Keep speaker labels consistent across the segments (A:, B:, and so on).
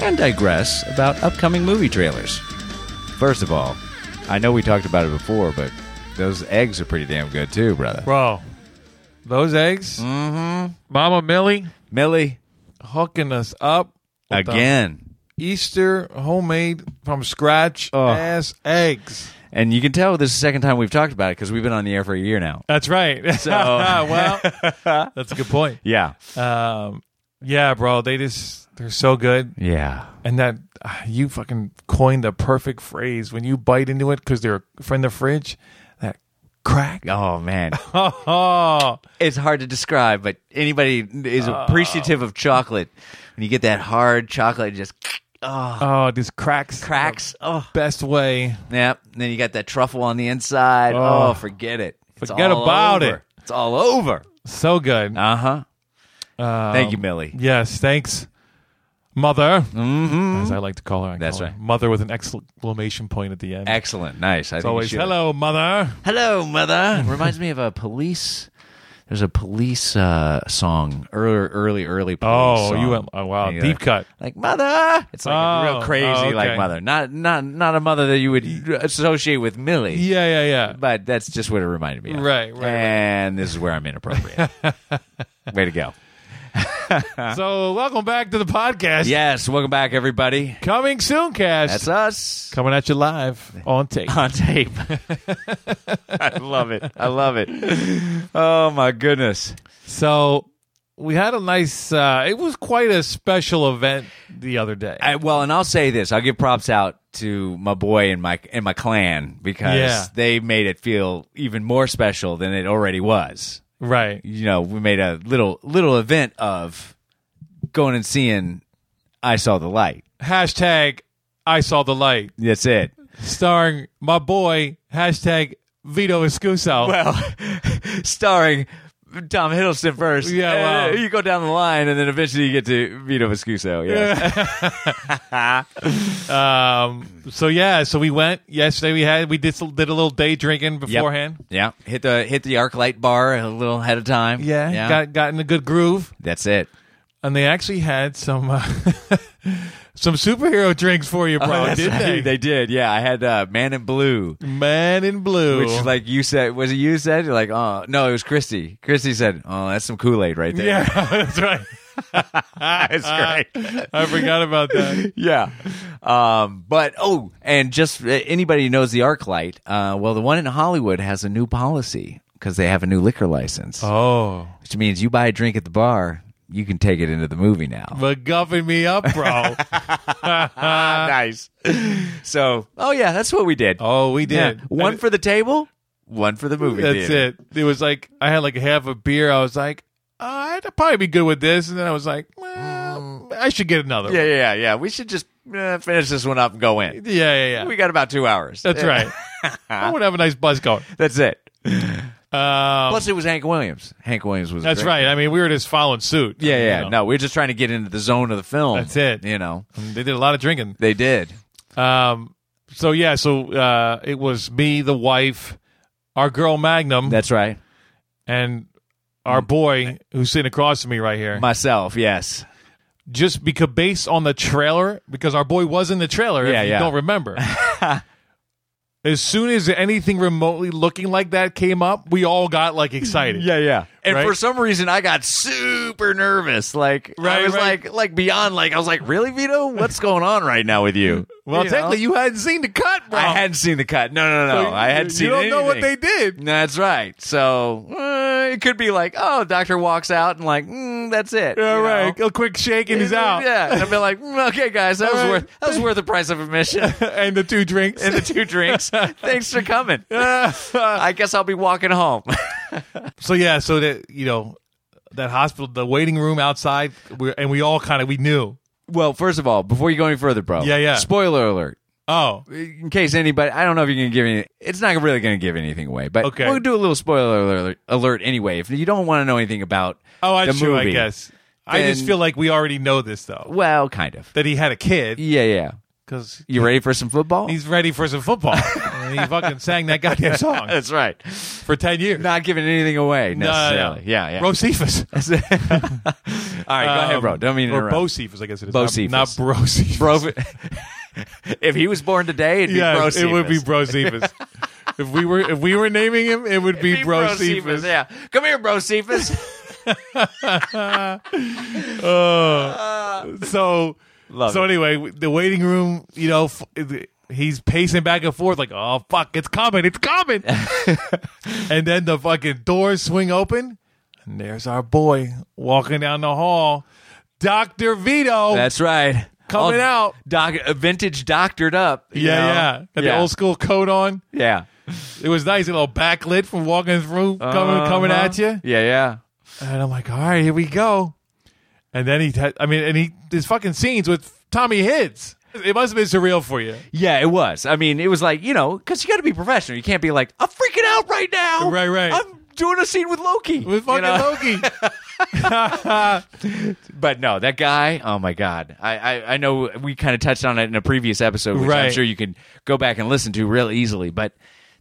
A: and digress about upcoming movie trailers. First of all, I know we talked about it before, but those eggs are pretty damn good too, brother.
B: Bro, Oh. those eggs, mm-hmm. Mama Millie
A: Millie,
B: hooking us up with the
A: again.
B: Easter homemade from scratch ass eggs.
A: And you can tell this is the second time we've talked about it because we've been on the air for a year now.
B: That's right.
A: So-
B: well, that's a good point.
A: Yeah.
B: Um, yeah, bro, they just they're so good.
A: Yeah.
B: And that ah, you fucking coined the perfect phrase when you bite into it because they're from the fridge. That crack.
A: Oh, man.
B: Oh,
A: it's hard to describe, but anybody is
B: Uh,
A: appreciative of chocolate. When you get that hard chocolate, it just oh,
B: oh, this cracks.
A: cracks. Oh,
B: Best way.
A: yeah. And then you got that truffle on the inside.
B: Oh.
A: Oh, forget it. It's
B: Forget
A: all
B: about
A: over.
B: it.
A: It's all over.
B: So good.
A: Uh huh.
B: Um,
A: Thank you, Millie.
B: Yes, thanks, mother. As I like to call her. I
A: That's
B: call her
A: right.
B: Mother with an exclamation point at the end.
A: Excellent. Nice. I
B: It's
A: think you
B: always
A: should.
B: hello, mother.
A: Hello, mother. Reminds me of a police. There's a police uh, song, early, early, early. Police
B: Oh,
A: song.
B: you went oh wow,
A: And you're
B: deep
A: like-
B: cut.
A: Like mother, it's like
B: Oh,
A: real crazy,
B: oh, okay.
A: like mother. Not, not, not a mother that you would associate with Millie.
B: Yeah, yeah, yeah.
A: but that's just what it reminded me of.
B: Right, right, right.
A: And this is where I'm inappropriate. Way to go.
B: so welcome back to the podcast.
A: Yes, welcome back, everybody.
B: Coming soon, Cash.
A: That's us
B: Coming at you live on tape.
A: on tape. I love it. I love it. Oh my goodness.
B: so we had a nice uh it was quite a special event the other day.
A: I, well, and I'll say this: I'll give props out to my boy and my and my clan because
B: Yeah.
A: they made it feel even more special than it already was.
B: right.
A: You know, we made a little little event of going and seeing. I saw the light.
B: Hashtag I saw the light.
A: That's it.
B: Starring my boy, hashtag Vito Escuso.
A: Well, starring Tom Hiddleston first.
B: Yeah, wow.
A: Uh, you go down the line, and then eventually you get to Vito Viscuso. Yeah.
B: Um. So yeah. So we went yesterday. We had we did did a little day drinking
A: Yep.
B: beforehand.
A: Yeah. Hit the hit the arc light bar a little ahead of time.
B: Yeah. Got got in a good groove,
A: That's it.
B: and they actually had some uh, some superhero drinks for you, bro.
A: Oh, That's
B: Oh, did
A: right.
B: they?
A: They did. Yeah. I had uh, Man in Blue.
B: Man in blue.
A: Which, like you said, was it you said? You're like, oh, no, it was Christy. Christy said, oh, that's some Kool Aid right there.
B: yeah, Uh-huh. that's right.
A: that's great.
B: I forgot about that.
A: yeah. Um, but oh, and just uh, anybody who knows the arc light, uh, well, the one in Hollywood has a new policy because they have a new liquor license,
B: Oh,
A: which means you buy a drink at the bar, you can take it into the movie now.
B: McGuffin me up, bro.
A: nice. so, oh yeah, that's what we did.
B: Uh, oh, we
A: Yeah.
B: did
A: one
B: And-
A: for the table, one for the movie.
B: That's
A: theater.
B: it. It was like I had like half a beer. I was like, uh, I'd probably be good with this, and then I was like, well, I should get another.
A: Mm. Yeah,
B: one.
A: yeah, yeah, yeah. We should just uh, finish this one up and go in.
B: yeah, yeah. yeah.
A: We got about two hours. Eh,
B: That's right. I would have a nice buzz going.
A: That's it.
B: Um,
A: Plus, it was Hank Williams. Hank Williams was.
B: that's
A: great.
B: right. I mean, we were just following suit.
A: Yeah, yeah.
B: You know.
A: No, we are just trying to get into the zone of the film.
B: That's it.
A: You know,
B: They did a lot of drinking.
A: they did.
B: Um, so yeah, so uh, it was me, the wife, our girl Magnum,
A: That's right.
B: and our
A: Mm.
B: boy who's sitting across from me right here.
A: Myself, yes.
B: just because based on the trailer, because our boy was in the trailer,
A: Yeah,
B: if you
A: yeah.
B: don't remember. as soon as anything remotely looking like that came up, we all got like excited.
A: yeah. And
B: Right.
A: for some reason, I got super nervous. Like
B: Right,
A: I was
B: right.
A: like, like beyond. Like I was like, really, Vito? What's going on right now with you?
B: Well,
A: You know?
B: technically, you hadn't seen the cut, bro.
A: I hadn't seen the cut. No, no, no.
B: So
A: I hadn't
B: you,
A: seen.
B: You don't know what
A: anything.
B: they did.
A: That's right. So uh, it could be like, oh, doctor walks out and like, mm, that's it.
B: All
A: you know?
B: right, a quick shake and he's out.
A: Yeah, and I'd be like, mm, okay, guys, that was
B: right.
A: worth that was worth the price of admission
B: and the two drinks.
A: and the two drinks. Thanks for coming. I guess I'll be walking home.
B: so yeah, so that you know that hospital, the waiting room outside, we and we all kind of we knew
A: Well, first of all, before you go any further, bro.
B: Yeah, yeah.
A: Spoiler alert.
B: Oh,
A: In case anybody, I don't know if you're going to give any. It's not really going to give anything away, but
B: Okay.
A: we'll do a little spoiler alert, alert anyway. If you don't want to know anything about
B: oh,
A: the
B: that's true. I
A: movie.
B: guess I just
A: Then-
B: feel like we already know this though
A: Well, kind of.
B: that he had a kid
A: Yeah, yeah.
B: because
A: You ready for some football?
B: he's ready for some football. and he fucking sang that goddamn song
A: That's right.
B: for ten years.
A: Not giving anything away
B: No, no, no.
A: necessarily. Yeah, yeah.
B: Rocephus.
A: All right, go ahead, bro. Don't mean to
B: Um, or
A: interrupt.
B: Bocephus, I guess it is.
A: Bocephus.
B: Not, not Brocephus.
A: Bro- if he was born today, it'd be
B: yeah,
A: bro.
B: it would be Brocephus. if we were if we were naming him, it would be, Brocephus.
A: Yeah, come here, bro. Cephas.
B: so
A: Love
B: so
A: it.
B: anyway, the waiting room, you know, f- he's pacing back and forth like, "Oh fuck, it's coming, it's coming." and then the fucking doors swing open, and there's our boy walking down the hall, Dr. Vito.
A: That's right.
B: Coming out.
A: doc, uh, vintage, doctored up. you
B: yeah,
A: know?
B: yeah. Got
A: yeah.
B: the old school coat on.
A: yeah,
B: It was nice, a little backlit from walking through, coming coming
A: Uh-huh.
B: at you.
A: Yeah, yeah.
B: And I'm like, all right, here we go. And then he, had I mean, and he, his fucking scenes with Tommy Hids. It must have been surreal for you.
A: Yeah, it was. I mean, it was like, you know, because you got to be professional. You can't be like, I'm freaking out right now.
B: Right, right.
A: I'm doing a scene with Loki.
B: With
A: you
B: fucking
A: know?
B: Loki.
A: But no, that guy, oh my God. I, I, I know we kind of touched on it in a previous episode, which I'm
B: Right.
A: sure you can go back and listen to real easily. But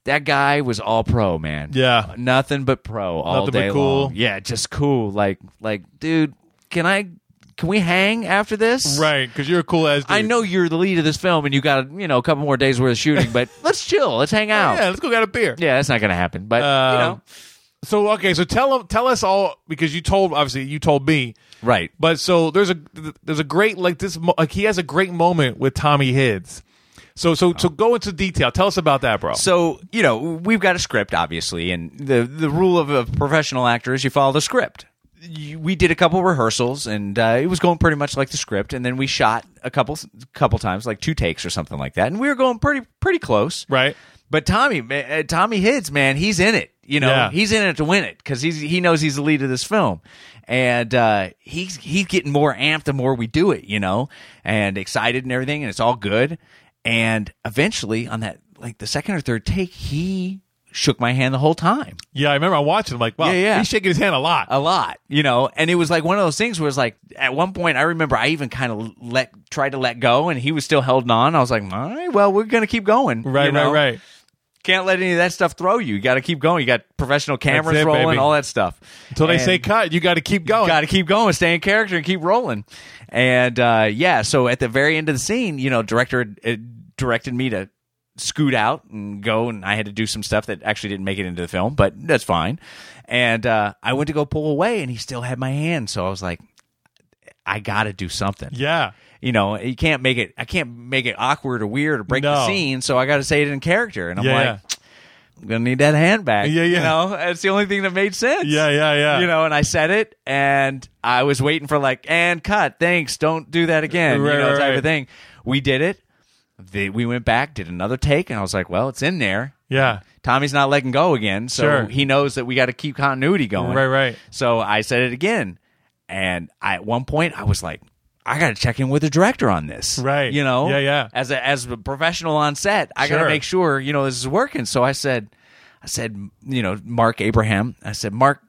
A: that guy was all pro, man.
B: Yeah.
A: Nothing but pro all
B: Nothing but
A: day
B: cool.
A: long. Yeah, just cool. Like, like, dude, can I, can we hang after this?
B: Right, because you're a cool as dude.
A: I know you're the lead of this film and you got, you know, a couple more days worth of shooting, but let's chill. Let's hang out.
B: Oh, Yeah, let's go get a beer.
A: Yeah, that's not going to happen. But you know,
B: Um, So okay, so tell tell us all because you told obviously you told me,
A: right?
B: but so there's a there's a great like this mo- like he has a great moment with Tommy Hids. So so so go into detail. Tell us about that, bro.
A: Oh. So you know, we've got a script, obviously, and the the rule of a professional actor is you follow the script. You- We did a couple rehearsals, and uh, it was going pretty much like the script. And then we shot a couple couple times, like two takes or something like that, and we were going pretty pretty close,
B: right.
A: But Tommy, ma- uh, Tommy Hids, man, he's in it. You know,
B: Yeah.
A: he's in it to win it because he's he knows he's the lead of this film, and uh, he's he's getting more amped the more we do it. You know, and excited and everything, and it's all good. And eventually, on that like the second or third take, he shook my hand the whole time
B: Yeah, I remember I watched him like wow,
A: Yeah, yeah. Uh,
B: he's shaking his hand a lot.
A: a lot, you know. And it was like one of those things where it's like at one point I remember I even kind of let tried to let go, and he was still holding on. I was like, all right, well, we're gonna keep going,
B: right,
A: you know?
B: right, right.
A: can't let any of that stuff throw you. You got to keep going. You got professional cameras
B: That's it,
A: rolling,
B: baby.
A: all that stuff.
B: Until they say cut, you got to keep going.
A: Got to keep going, stay in character, and keep rolling. And uh, yeah, so at the very end of the scene, you know, director had- had directed me to scoot out and go, and I had to do some stuff that actually didn't make it into the film, but that's fine. And uh, I went to go pull away, and he still had my hand, so I was like, I got to do something
B: yeah,
A: you know, you can't make it. I can't make it awkward or weird or break the
B: No.
A: scene. So I got to say it in character, and I'm
B: Yeah,
A: like, I'm gonna need that hand back.
B: Yeah, yeah.
A: You know, that's the only thing that made sense.
B: yeah, yeah, yeah.
A: You know, and I said it, and I was waiting for like, and cut. Thanks. Don't do that again.
B: Right,
A: you know,
B: right,
A: type
B: right.
A: of thing. We did it. The, we went back, did another take, and I was like, well, it's in there.
B: yeah.
A: Tommy's not letting go again, so
B: Sure.
A: he knows that we got to keep continuity going.
B: Right, right.
A: So I said it again, and I, at one point I was like, I got to check in with the director on this,
B: Right.
A: You know,
B: Yeah, yeah.
A: As a as a professional on set, I got to
B: Sure.
A: make sure you know this is working. So I said, I said, you know, Mark Abraham. I said, Mark,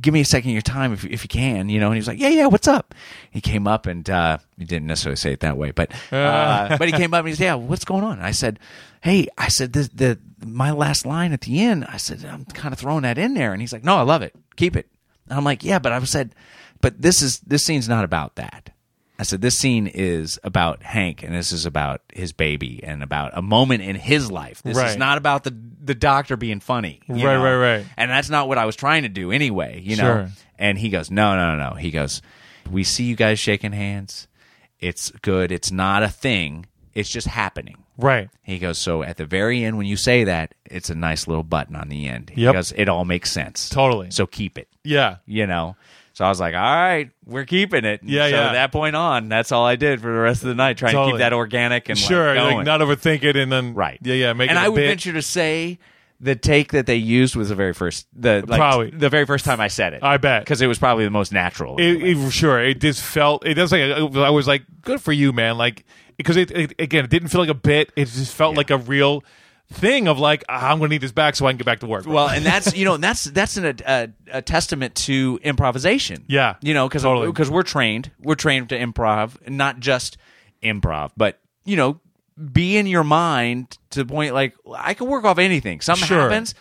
A: give me a second of your time if if you can, you know. And he was like, Yeah, yeah, what's up? He came up and uh, he didn't necessarily say it that way, but uh, but he came up and he said, Yeah, what's going on? And I said, Hey, I said this the my last line at the end. I said I'm kind of throwing that in there, and he's like, No, I love it, keep it. And I'm like, Yeah, but I said, but this is this scene's not about that. I said, this scene is about Hank, and this is about his baby, and about a moment in his life. This is
B: Right.
A: not about the the doctor being funny. you
B: Right,
A: know?
B: right, right.
A: And that's not what I was trying to do anyway. You know.
B: Sure.
A: And he goes, no, no, no, no. He goes, we see you guys shaking hands. It's good. It's not a thing. It's just happening.
B: Right.
A: He goes, so at the very end, when you say that, it's a nice little button on the end. He
B: Yep.
A: goes, it all makes sense.
B: Totally.
A: So keep it
B: Yeah.
A: you know. So I was like, all right, we're keeping it. And
B: Yeah,
A: so
B: yeah.
A: At that point on, that's all I did for the rest of the night, trying to keep
B: Totally.
A: that organic and
B: sure.
A: like,
B: Like,
A: going.
B: not overthink it and then
A: right.
B: Yeah, yeah. Make
A: and
B: it
A: I
B: a
A: would
B: bit.
A: venture to say the take that they used was the very first the like,
B: Probably.
A: the very first time I said it.
B: I bet.
A: because it was probably the most natural.
B: It, it- sure, it just felt. It does like I was like, good for you, man. Like because it, it again, it didn't feel like a bit. It just felt like a real thing of like "Ah, I'm going to need this back so I can get back to work.
A: well, and that's you know and that's that's an, a, a testament to improvisation.
B: Yeah.
A: you know because
B: Totally.
A: because we're trained we're trained to improv, not just improv, but you know be in your mind to the point like I can work off anything. Something
B: Sure.
A: happens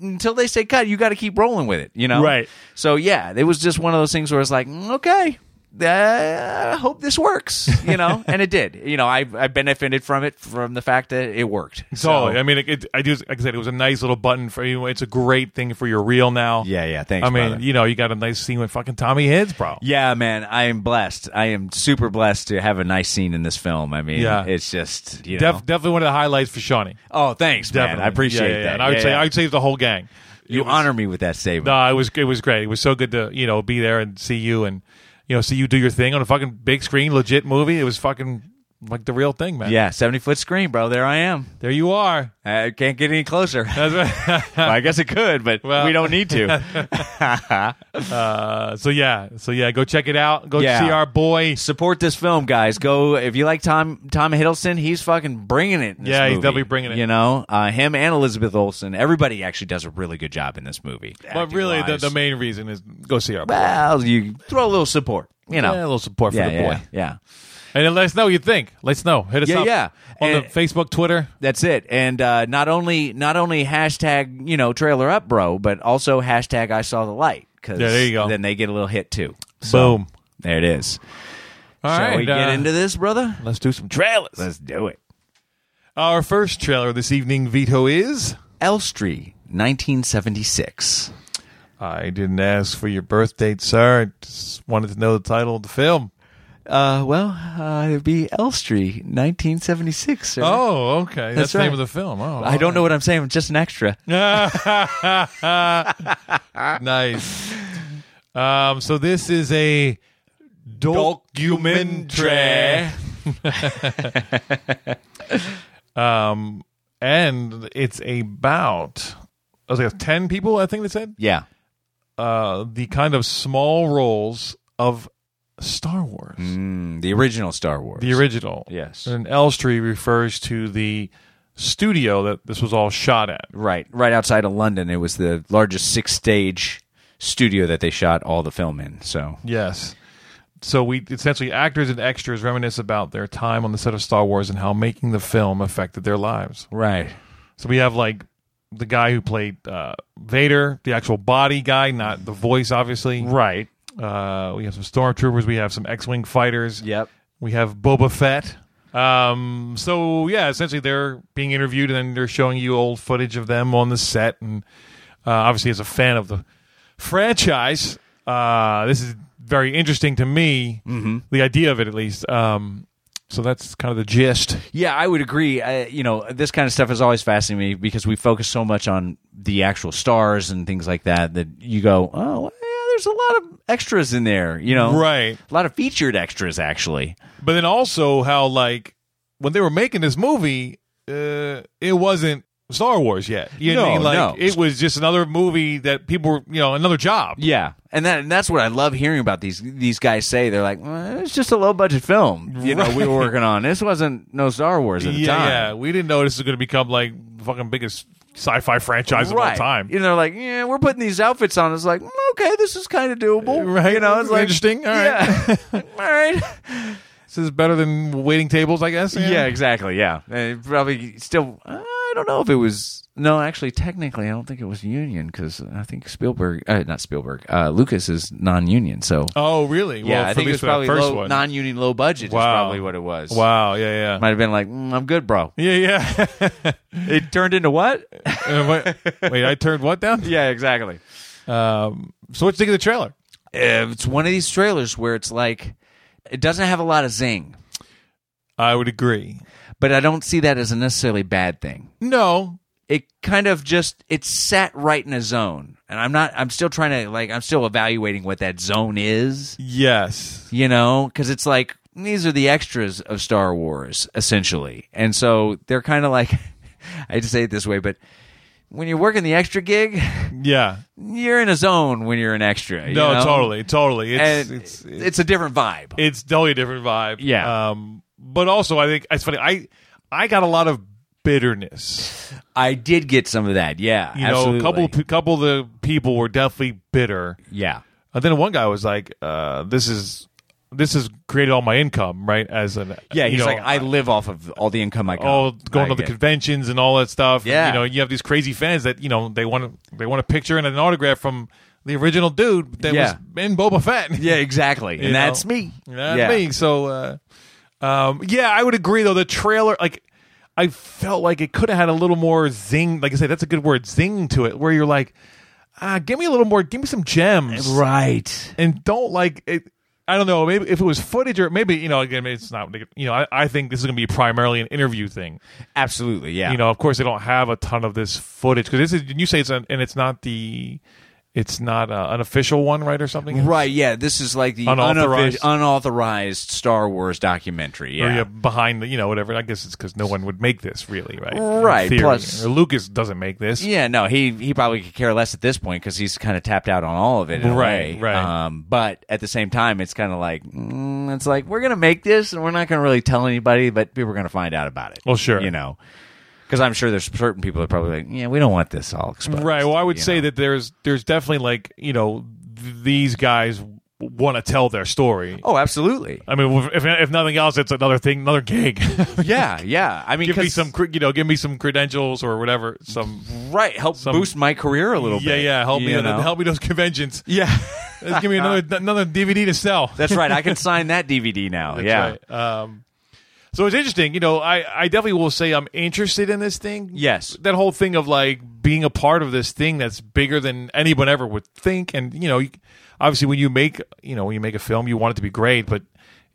A: until they say cut, you got to keep rolling with it. You know,
B: Right.
A: So yeah, it was just one of those things where it's like mm, okay. uh, I hope this works, you know, and it did. You know, I I benefited from it from the fact that it worked.
B: Totally. I mean, it, it, I do. Like I said, it was a nice little button for you. It's a great thing for your reel now.
A: Yeah, yeah, thanks,
B: I mean,
A: brother.
B: you know, you got a nice scene with fucking Tommy Hids, bro.
A: Yeah, man, I am blessed. I am super blessed to have a nice scene in this film. I mean,
B: Yeah.
A: it's just you know.
B: Def, definitely one of the highlights for Shawnee.
A: oh, thanks,
B: Definitely,
A: man. I appreciate
B: Yeah, yeah, yeah.
A: that.
B: And I would
A: Yeah,
B: say
A: yeah.
B: I'd say the whole gang.
A: you honor me with that statement.
B: No, it was it was great. It was so good to you know be there and see you and you know see you do your thing on a fucking big screen, legit movie. It was fucking like the real thing, man.
A: Yeah, seventy foot screen, bro. There I am.
B: there you are.
A: I can't get any closer.
B: That's right.
A: Well, I guess it could, but
B: Well-
A: we don't need to.
B: Uh, so yeah, so yeah, go check it out. Go
A: Yeah.
B: see our boy.
A: Support this film, guys. Go if you like Tom Tom Hiddleston, he's fucking bringing it. in this
B: Yeah, he's
A: movie.
B: definitely bringing it.
A: You know, uh, him and Elizabeth Olsen, everybody actually does a really good job in this movie.
B: But really, the,
A: acting-wise.
B: the main reason is go see our boy.
A: well, you throw a little support. You know,
B: Yeah, a little support for
A: yeah,
B: the boy.
A: yeah, yeah.
B: And then let us know what you think. Let us know. Hit us
A: Yeah,
B: up.
A: yeah.
B: On the
A: And-
B: Facebook, Twitter.
A: That's it. And uh, not only not only hashtag you know trailer up, bro, but also hashtag I saw the light because
B: Yeah, there you go.
A: then they get a little hit too.
B: Boom.
A: There it is.
B: All
A: Shall
B: right,
A: we get
B: uh,
A: into this, brother?
B: Let's do some trailers.
A: Let's do it.
B: Our first trailer this evening, Vito is.
A: Elstree, 1976.
B: I didn't ask for your birth date, sir. I just wanted to know the title of the film.
A: Uh, well, uh, it'd be Elstree, 1976. Sir.
B: Oh, okay. That's,
A: That's
B: the name
A: right.
B: of the film. Oh,
A: I don't know what I'm saying. I'm just an extra.
B: nice. Um, so this is a documentary. um, and it's about I was like ten people. I think they said
A: Yeah.
B: uh, the kind of small roles of Star Wars,
A: Mm, the original Star Wars.
B: the original.
A: Yes.
B: and Elstree refers to the studio that this was all shot at.
A: Right, right outside of London. It was the largest six stage studio that they shot all the film in. So
B: Yes. So we essentially actors and extras reminisce about their time on the set of Star Wars and how making the film affected their lives.
A: right,
B: So we have like the guy who played uh, Vader, the actual body guy, not the voice, obviously.
A: right,
B: Uh, we have some stormtroopers. We have some X-wing fighters.
A: yep,
B: We have Boba Fett. Um, so yeah, essentially they're being interviewed and then they're showing you old footage of them on the set. And uh, obviously, as a fan of the franchise, uh, this is very interesting to me.
A: Mm-hmm.
B: The idea of it, at least. Um, so that's kind of the gist.
A: yeah. I would agree. I, you know, this kind of stuff is always fascinating me because we focus so much on the actual stars and things like that that you go, oh, well, yeah, there's a lot of extras in there. You know,
B: Right.
A: A lot of featured extras actually.
B: But then also how like when they were making this movie, uh, it wasn't Star Wars yet. You know, what I
A: No,
B: mean? like
A: no.
B: it was just another movie that people were, you know, another job.
A: Yeah, and that and that's what I love hearing about these these guys say. They're like, well, it's just a low budget film. You know, we were working on this wasn't no Star Wars at the
B: yeah,
A: time.
B: yeah. We didn't know this was going to become like the fucking biggest sci-fi franchise of all time.
A: You know, like, yeah, we're putting these outfits on. It's like, mm, okay, this is kind of doable.
B: Uh, Right.
A: You know, it's like,
B: Interesting. All right.
A: Yeah. all right.
B: This is better than waiting tables, I guess.
A: Yeah, exactly. Yeah. And it probably still, I don't know if it was, no, actually, technically, I don't think it was union because I think Spielberg, uh, not Spielberg, uh, Lucas is non union. So,
B: Oh, really?
A: yeah,
B: well, for
A: I think
B: at least
A: it was
B: for that
A: probably
B: first
A: low,
B: one.
A: non union, low budget is
B: Wow.
A: probably what it was.
B: wow. Yeah. Yeah.
A: Might have been like, mm, I'm good, bro.
B: Yeah. Yeah.
A: It turned into what?
B: Uh, wait, wait, I turned what down?
A: yeah, exactly.
B: Um, so, what you think of the trailer?
A: Uh, It's one of these trailers where it's like, it doesn't have a lot of zing.
B: I would agree.
A: but I don't see that as a necessarily bad thing.
B: No.
A: It kind of just it sat right in a zone, and I'm not. I'm still trying to like. I'm still evaluating what that zone is.
B: Yes.
A: You know, because it's like these are the extras of Star Wars essentially, and so they're kind of like. I hate to say it this way, but when you're working the extra gig,
B: Yeah.
A: you're in a zone when you're an extra. you
B: No,
A: know?
B: totally, totally. It's,
A: And
B: it's it's
A: it's a different vibe.
B: it's totally a different vibe.
A: Yeah.
B: Um, but also, I think it's funny. I I got a lot of bitterness.
A: I did get some of that. Yeah,
B: You
A: absolutely.
B: know, a couple of, couple of the people were definitely bitter.
A: yeah,
B: And then one guy was like, uh, "This is this has created all my income, right?" As an
A: yeah.
B: you
A: He's
B: know,
A: like, I live off of all the income I got.
B: all Oh, going to the
A: I get.
B: conventions and all that stuff.
A: Yeah.
B: you know, you have these crazy fans that you know they want to, they want a picture and an autograph from the original dude that
A: Yeah.
B: was in Boba Fett.
A: Yeah, exactly.
B: You
A: And that's
B: know?
A: me.
B: That's
A: yeah.
B: me. So, uh, um, yeah, I would agree though. The trailer, like, I felt like it could have had a little more zing. Like I said, that's a good word, zing to it, where you're like, ah, give me a little more, give me some gems,
A: Right.
B: and don't like it. I don't know. Maybe if it was footage, or maybe you know, again, it's not. You know, I, I think this is going to be primarily an interview thing.
A: Absolutely. Yeah.
B: You know, of course, they don't have a ton of this footage because this is. You say it's an, and it's not the, it's not uh, an official one, right, or something,
A: Right. Yeah. This is like the
B: Unauthorized.
A: unauthorized, unauthorized Star Wars documentary.
B: or
A: Yeah.
B: yeah, behind the you know whatever. I guess it's because no one would make this really, right? In
A: Right,
B: theory.
A: plus-
B: Or Lucas doesn't make this.
A: Yeah, no, he he probably could care less at this point because he's kind of tapped out on all of it. in a
B: Right,
A: way.
B: right.
A: Um, but at the same time, it's kind of like mm, it's like we're gonna make this and we're not gonna really tell anybody, but people are gonna find out about it.
B: Well, sure.
A: you know, because I'm sure there's certain people that are probably like, yeah, we don't want this all exposed.
B: Right. Well, I would
A: you
B: say
A: know.
B: that there's there's definitely like you know th- these guys want to tell their story.
A: Oh, absolutely.
B: I mean, if if nothing else, it's another thing, another gig.
A: Yeah, yeah. I mean,
B: give me
A: 'cause-
B: some, cre- you know, give me some credentials or whatever. Some,
A: right. Help boost my career a little
B: yeah,
A: bit.
B: yeah, help me,
A: you
B: on-
A: know?
B: help me those conventions.
A: Yeah,
B: Let's give me another another DVD to sell.
A: that's right. I can sign that DVD now.
B: That's
A: yeah.
B: right. Um, so it's interesting, you know. I, I definitely will say I'm interested in this thing.
A: Yes.
B: that whole thing of like being a part of this thing that's bigger than anyone ever would think, and you know, you, obviously when you make you know when you make a film, you want it to be great, but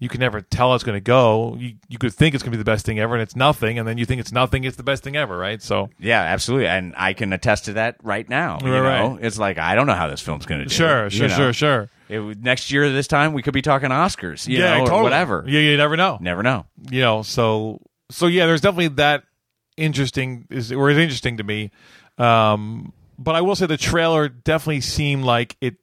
B: you can never tell how it's going to go. You you could think it's going to be the best thing ever, and it's nothing, and then you think it's nothing, it's the best thing ever, right? So
A: Yeah, absolutely, and I can attest to that right now. You
B: Right,
A: know?
B: right.
A: It's like I don't know how this film's going to do.
B: sure,
A: you
B: sure,
A: know?
B: sure, sure.
A: It would- next year, this time, we could be talking Oscars. You know, or whatever.
B: Yeah, you never know.
A: Never know.
B: you know so so yeah there's definitely that interesting is or is interesting to me um but i will say the trailer definitely seemed like it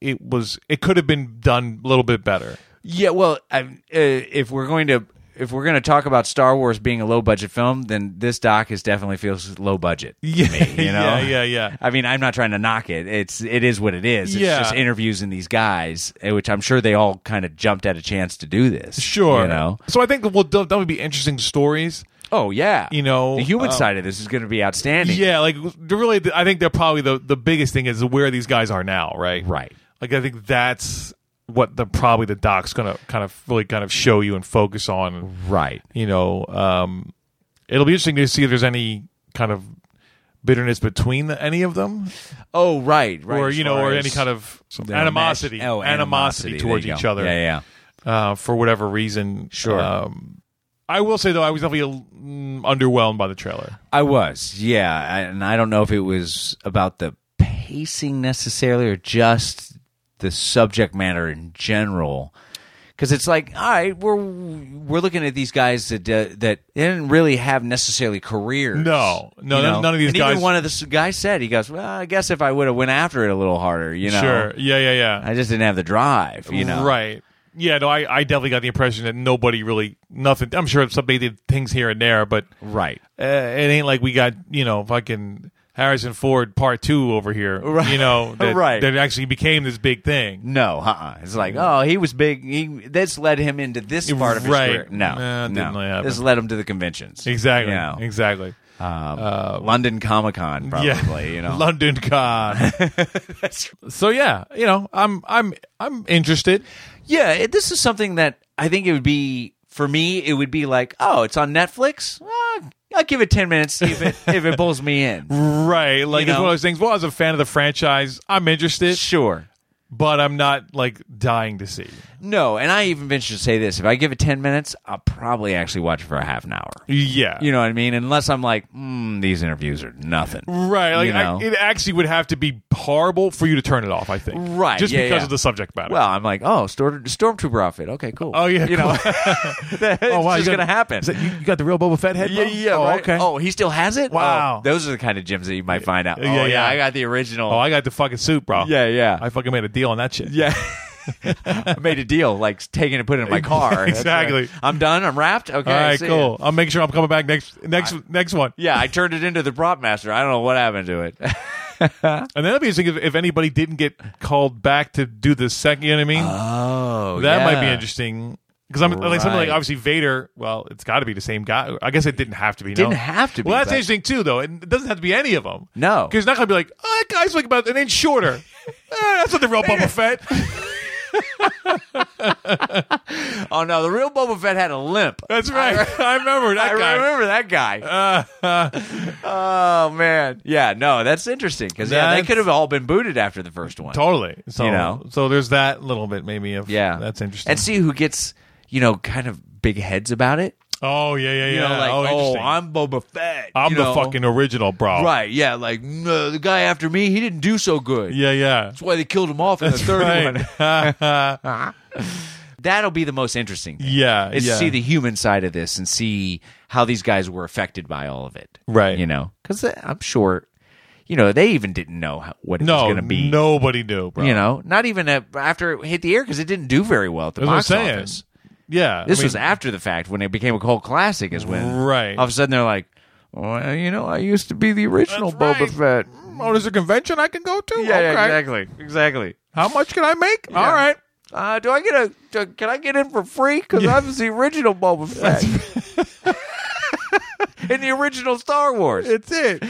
B: it was it could have been done a little bit better
A: Yeah, well, I, uh, if we're going to if we're going to talk about Star Wars being a low budget film, then this doc is definitely feels low budget.
B: yeah
A: You know?
B: yeah yeah yeah
A: I mean, I'm not trying to knock it. It's it is what it is. It's
B: Yeah.
A: just interviews and these guys, eh, which I'm sure they all kind of jumped at a chance to do this.
B: sure
A: you know.
B: so i think that will that would be interesting stories
A: Oh um, yeah,
B: You know,
A: the human
B: uh,
A: side of this is going to be outstanding.
B: yeah like the- really i think they're probably the the biggest thing is where these guys are now right
A: Right.
B: like i think that's what the probably the doc's gonna kind of really kind of show you and focus on
A: Right.
B: you know, um, it'll be interesting to see if there's any kind of bitterness between the, any of them,
A: Oh, right, right.
B: or
A: as
B: you know,
A: far
B: or
A: as
B: any kind of
A: their
B: animosity,
A: mesh- oh,
B: animosity,
A: there
B: towards
A: you go.
B: each other,
A: Yeah, yeah.
B: Uh, for whatever reason.
A: Sure.
B: Um, I will say though, I was definitely mm, underwhelmed by the trailer.
A: I was, yeah, I- and I don't know if it was about the pacing necessarily, or just the subject matter in general. Because it's like, all right, we're we're looking at these guys that uh, that they didn't really have necessarily careers.
B: No, no,
A: you
B: none- none of these
A: And
B: guys-
A: Even one of the s- guys said, he goes, "Well, I guess if I would have went after it a little harder, you know,
B: Sure. Yeah. Yeah. Yeah.
A: I just didn't have the drive, you know,
B: Right. Yeah, no, I, I definitely got the impression that nobody really nothing. I'm sure somebody did things here and there, but
A: right."
B: uh, it ain't like we got you know fucking Harrison Ford Part Two over here.
A: Right.
B: You know that,
A: Right.
B: that actually became this big thing.
A: No, uh-uh. It's
B: Mm.
A: like, oh, he was big. He this led him into this part of his
B: Right.
A: career. No,
B: Nah, it
A: no.
B: didn't really happen.
A: this led him to the conventions.
B: Exactly.
A: You know,
B: Exactly.
A: um, London Comic Con, probably.
B: yeah.
A: You know,
B: London Con. so yeah, you know, I'm I'm I'm interested.
A: yeah. It, this is something that I think it would be for me. It would be like, oh, it's on Netflix. Well, I'll give it ten minutes. See if it if it pulls me in.
B: Right. Like
A: You
B: it's
A: know?
B: one of those things. Well, as a fan of the franchise, I'm interested,
A: Sure.
B: but I'm not like dying to see.
A: No, and I even venture to say this: if I give it ten minutes, I'll probably actually watch it for a half an hour.
B: Yeah.
A: You know what I mean? Unless I'm like, mm, these interviews are nothing,
B: Right, like
A: you know?
B: I, it actually would have to be horrible for you to turn it off. I think,
A: Right,
B: just
A: yeah,
B: because
A: yeah.
B: of the subject matter.
A: well, I'm like, oh, storm, stormtrooper outfit. Okay, cool.
B: Oh, yeah,
A: you know, that's just
B: got-
A: gonna happen.
B: Is that- you, you got the real Boba Fett head?
A: Yeah,
B: bro?
A: yeah.
B: Oh,
A: right.
B: okay.
A: Oh, he still has it.
B: Wow.
A: Oh, those are the kind of gems that you might find out.
B: Yeah,
A: oh, yeah,
B: yeah.
A: I got the original.
B: Oh, I got the fucking suit, bro.
A: yeah, yeah.
B: I fucking made a deal on that shit.
A: yeah. I made a deal, like taking and putting it in my car. That's right.
B: Exactly.
A: I'm done. I'm wrapped. Okay.
B: All right,
A: see ya.
B: cool. I'll make sure I'm coming back next next next one.
A: Yeah, I turned it into the prop master. I don't know what happened to it.
B: And then that'd be interesting if, if anybody didn't get called back to do the second. You know what I mean?
A: Oh,
B: that might be interesting. Because I'm like something like
A: Right.
B: obviously Vader. Well, it's got to be the same guy. I guess it didn't have to be. no?
A: Didn't have to be,
B: Well, that's
A: but-
B: interesting too, though. It doesn't have to be any of them.
A: No.
B: because not gonna be like, oh, that guy's like about an inch shorter. Eh, that's not the real Boba Fett.
A: Oh no, the real Boba Fett had a limp.
B: That's right. I, remember that
A: I
B: guy. Uh,
A: remember that guy. oh man, yeah, no, that's interesting because yeah, they
B: That's-
A: could have all been booted after the first one.
B: Totally. So
A: You know?
B: so there's that little bit maybe of
A: Yeah,
B: that's interesting.
A: And see who gets you know kind of big heads about it.
B: oh yeah yeah yeah.
A: You know, like
B: oh,
A: oh,
B: interesting.
A: I'm Boba Fett.
B: I'm
A: you
B: the
A: know?
B: fucking original, bro.
A: right. Yeah, like no, the guy after me, he didn't do so good.
B: Yeah yeah.
A: That's why they killed him off in the third one.
B: right.
A: That'll be the most interesting. Thing.
B: yeah.
A: is
B: yeah.
A: to see the human side of this and see how these guys were affected by all of it.
B: Right.
A: You know, because I'm sure, you know, they even didn't know how, what it was
B: no
A: going to be.
B: nobody knew, bro.
A: You know, not even a, after it hit the air because it didn't do very well at the
B: That's what I'm
A: box
B: saying.
A: office.
B: Yeah. I
A: This
B: mean,
A: was after the fact when it became a cult classic. Is when
B: Right.
A: all of a sudden they're like, well, you know, I used to be the original
B: That's right.
A: Boba Fett.
B: Oh, there's a convention I can go to?
A: Yeah,
B: okay.
A: yeah, exactly, exactly.
B: How much can I make? All right.
A: Uh, do I get a? do- can I get in for free? Because I was the original Boba Fett. in the original Star Wars.
B: It's it.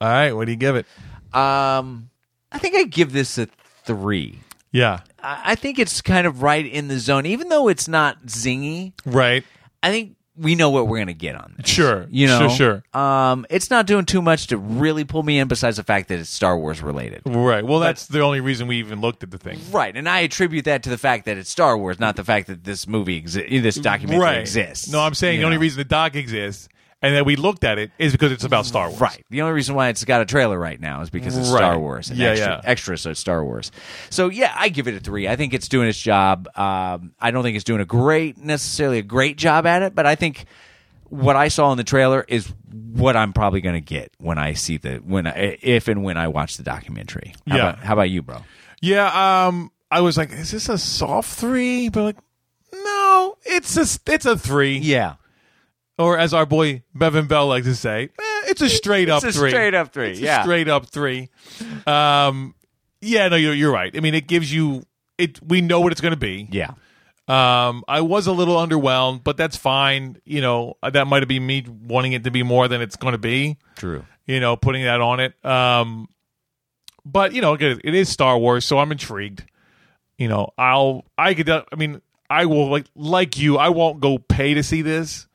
B: All right, what do you give it?
A: Um, I think I give this a three.
B: Yeah.
A: I, I think it's kind of right in the zone, even though it's not zingy.
B: Right.
A: I think we know what we're gonna get on this.
B: Sure.
A: You know,
B: Sure,
A: Um, it's not doing too much to really pull me in, besides the fact that it's Star Wars related.
B: Right. Well, that's the only reason we even looked at the thing.
A: Right, and I attribute that to the fact that it's Star Wars, not the fact that this movie exists, this documentary
B: right.
A: exists.
B: No, I'm saying
A: you
B: the only
A: know?
B: reason the doc exists and that we looked at it is because it's about Star Wars.
A: Mm-hmm. Right. The only reason why it's got a trailer right now is because it's
B: Right.
A: Star Wars and
B: Yeah,
A: extra,
B: yeah.
A: extras are Star Wars. So yeah, I give it a three. I think it's doing its job. Um, I don't think it's doing a great necessarily a great job at it, but I think what I saw in the trailer is what I'm probably going to get when I see the when I, if and when I watch the documentary. How
B: Yeah.
A: About, how about you, bro?
B: Yeah. Um, I was like, is this a soft three? But like, no, it's a it's a three.
A: Yeah.
B: Or as our boy Bevan Bell likes to say, eh, it's a straight up
A: It's a
B: three.
A: straight up three.
B: It's a
A: yeah.
B: straight up three. Um, yeah, no, you're you're right. I mean, it gives you it. We know what it's going to be.
A: yeah.
B: Um, I was a little underwhelmed, but that's fine. You know, that might have been me wanting it to be more than it's going to be.
A: True.
B: You know, putting that on it. Um, but you know, again, it is Star Wars, so I'm intrigued. You know, I'll I could. uh, I mean, I will like like you. I won't go pay to see this,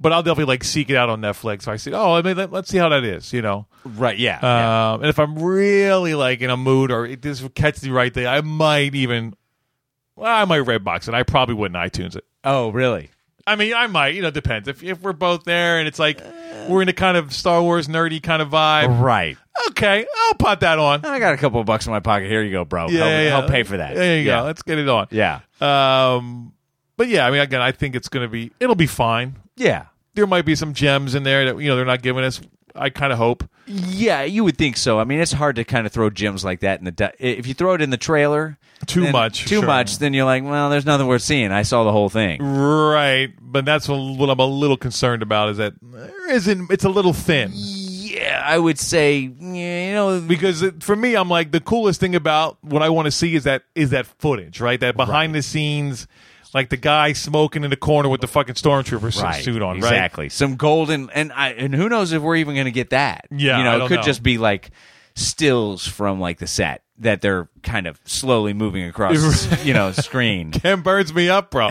B: but I'll definitely like seek it out on Netflix. I see. Oh, I mean, let, let's see how that is. You know.
A: Right. Yeah. yeah.
B: Um, and if I'm really like in a mood or it just catches me right there, I might even, well, I might red box it. I probably wouldn't iTunes it.
A: Oh, really?
B: I mean, I might. You know, depends. If if we're both there and it's like we're in a kind of Star Wars nerdy kind of vibe,
A: Right.
B: okay, I'll pop that on.
A: I got a couple of bucks in my pocket. Here you go, bro.
B: Yeah,
A: I'll,
B: yeah, yeah.
A: I'll pay for that.
B: There you
A: yeah.
B: go. Let's get it on.
A: Yeah.
B: Um, but yeah, I mean, again, I think it's gonna be. It'll be fine.
A: Yeah.
B: There might be some gems in there that you know they're not giving us. I kind of hope.
A: Yeah, you would think so. I mean, it's hard to kind of throw gems like that in the. Du- if you throw it in the trailer,
B: Too
A: then-
B: much,
A: too
B: sure.
A: much, then you're like, well, there's nothing worth seeing. I saw the whole thing.
B: Right, but that's what, what I'm a little concerned about is that there isn't. It's a little thin
A: Yeah, I would say, yeah, you know,
B: because it, for me, I'm like the coolest thing about what I want to see is that is that footage, right? That behind the scenes, like the guy smoking in the corner with the fucking stormtrooper su-
A: right,
B: suit on, right?
A: exactly. Some golden, and I, and who knows if we're even going to get that.
B: Yeah,
A: you know,
B: I
A: it
B: don't
A: could
B: know.
A: just be like stills from like the set that they're kind of slowly moving across, you know, screen.
B: Him burns me up, bro.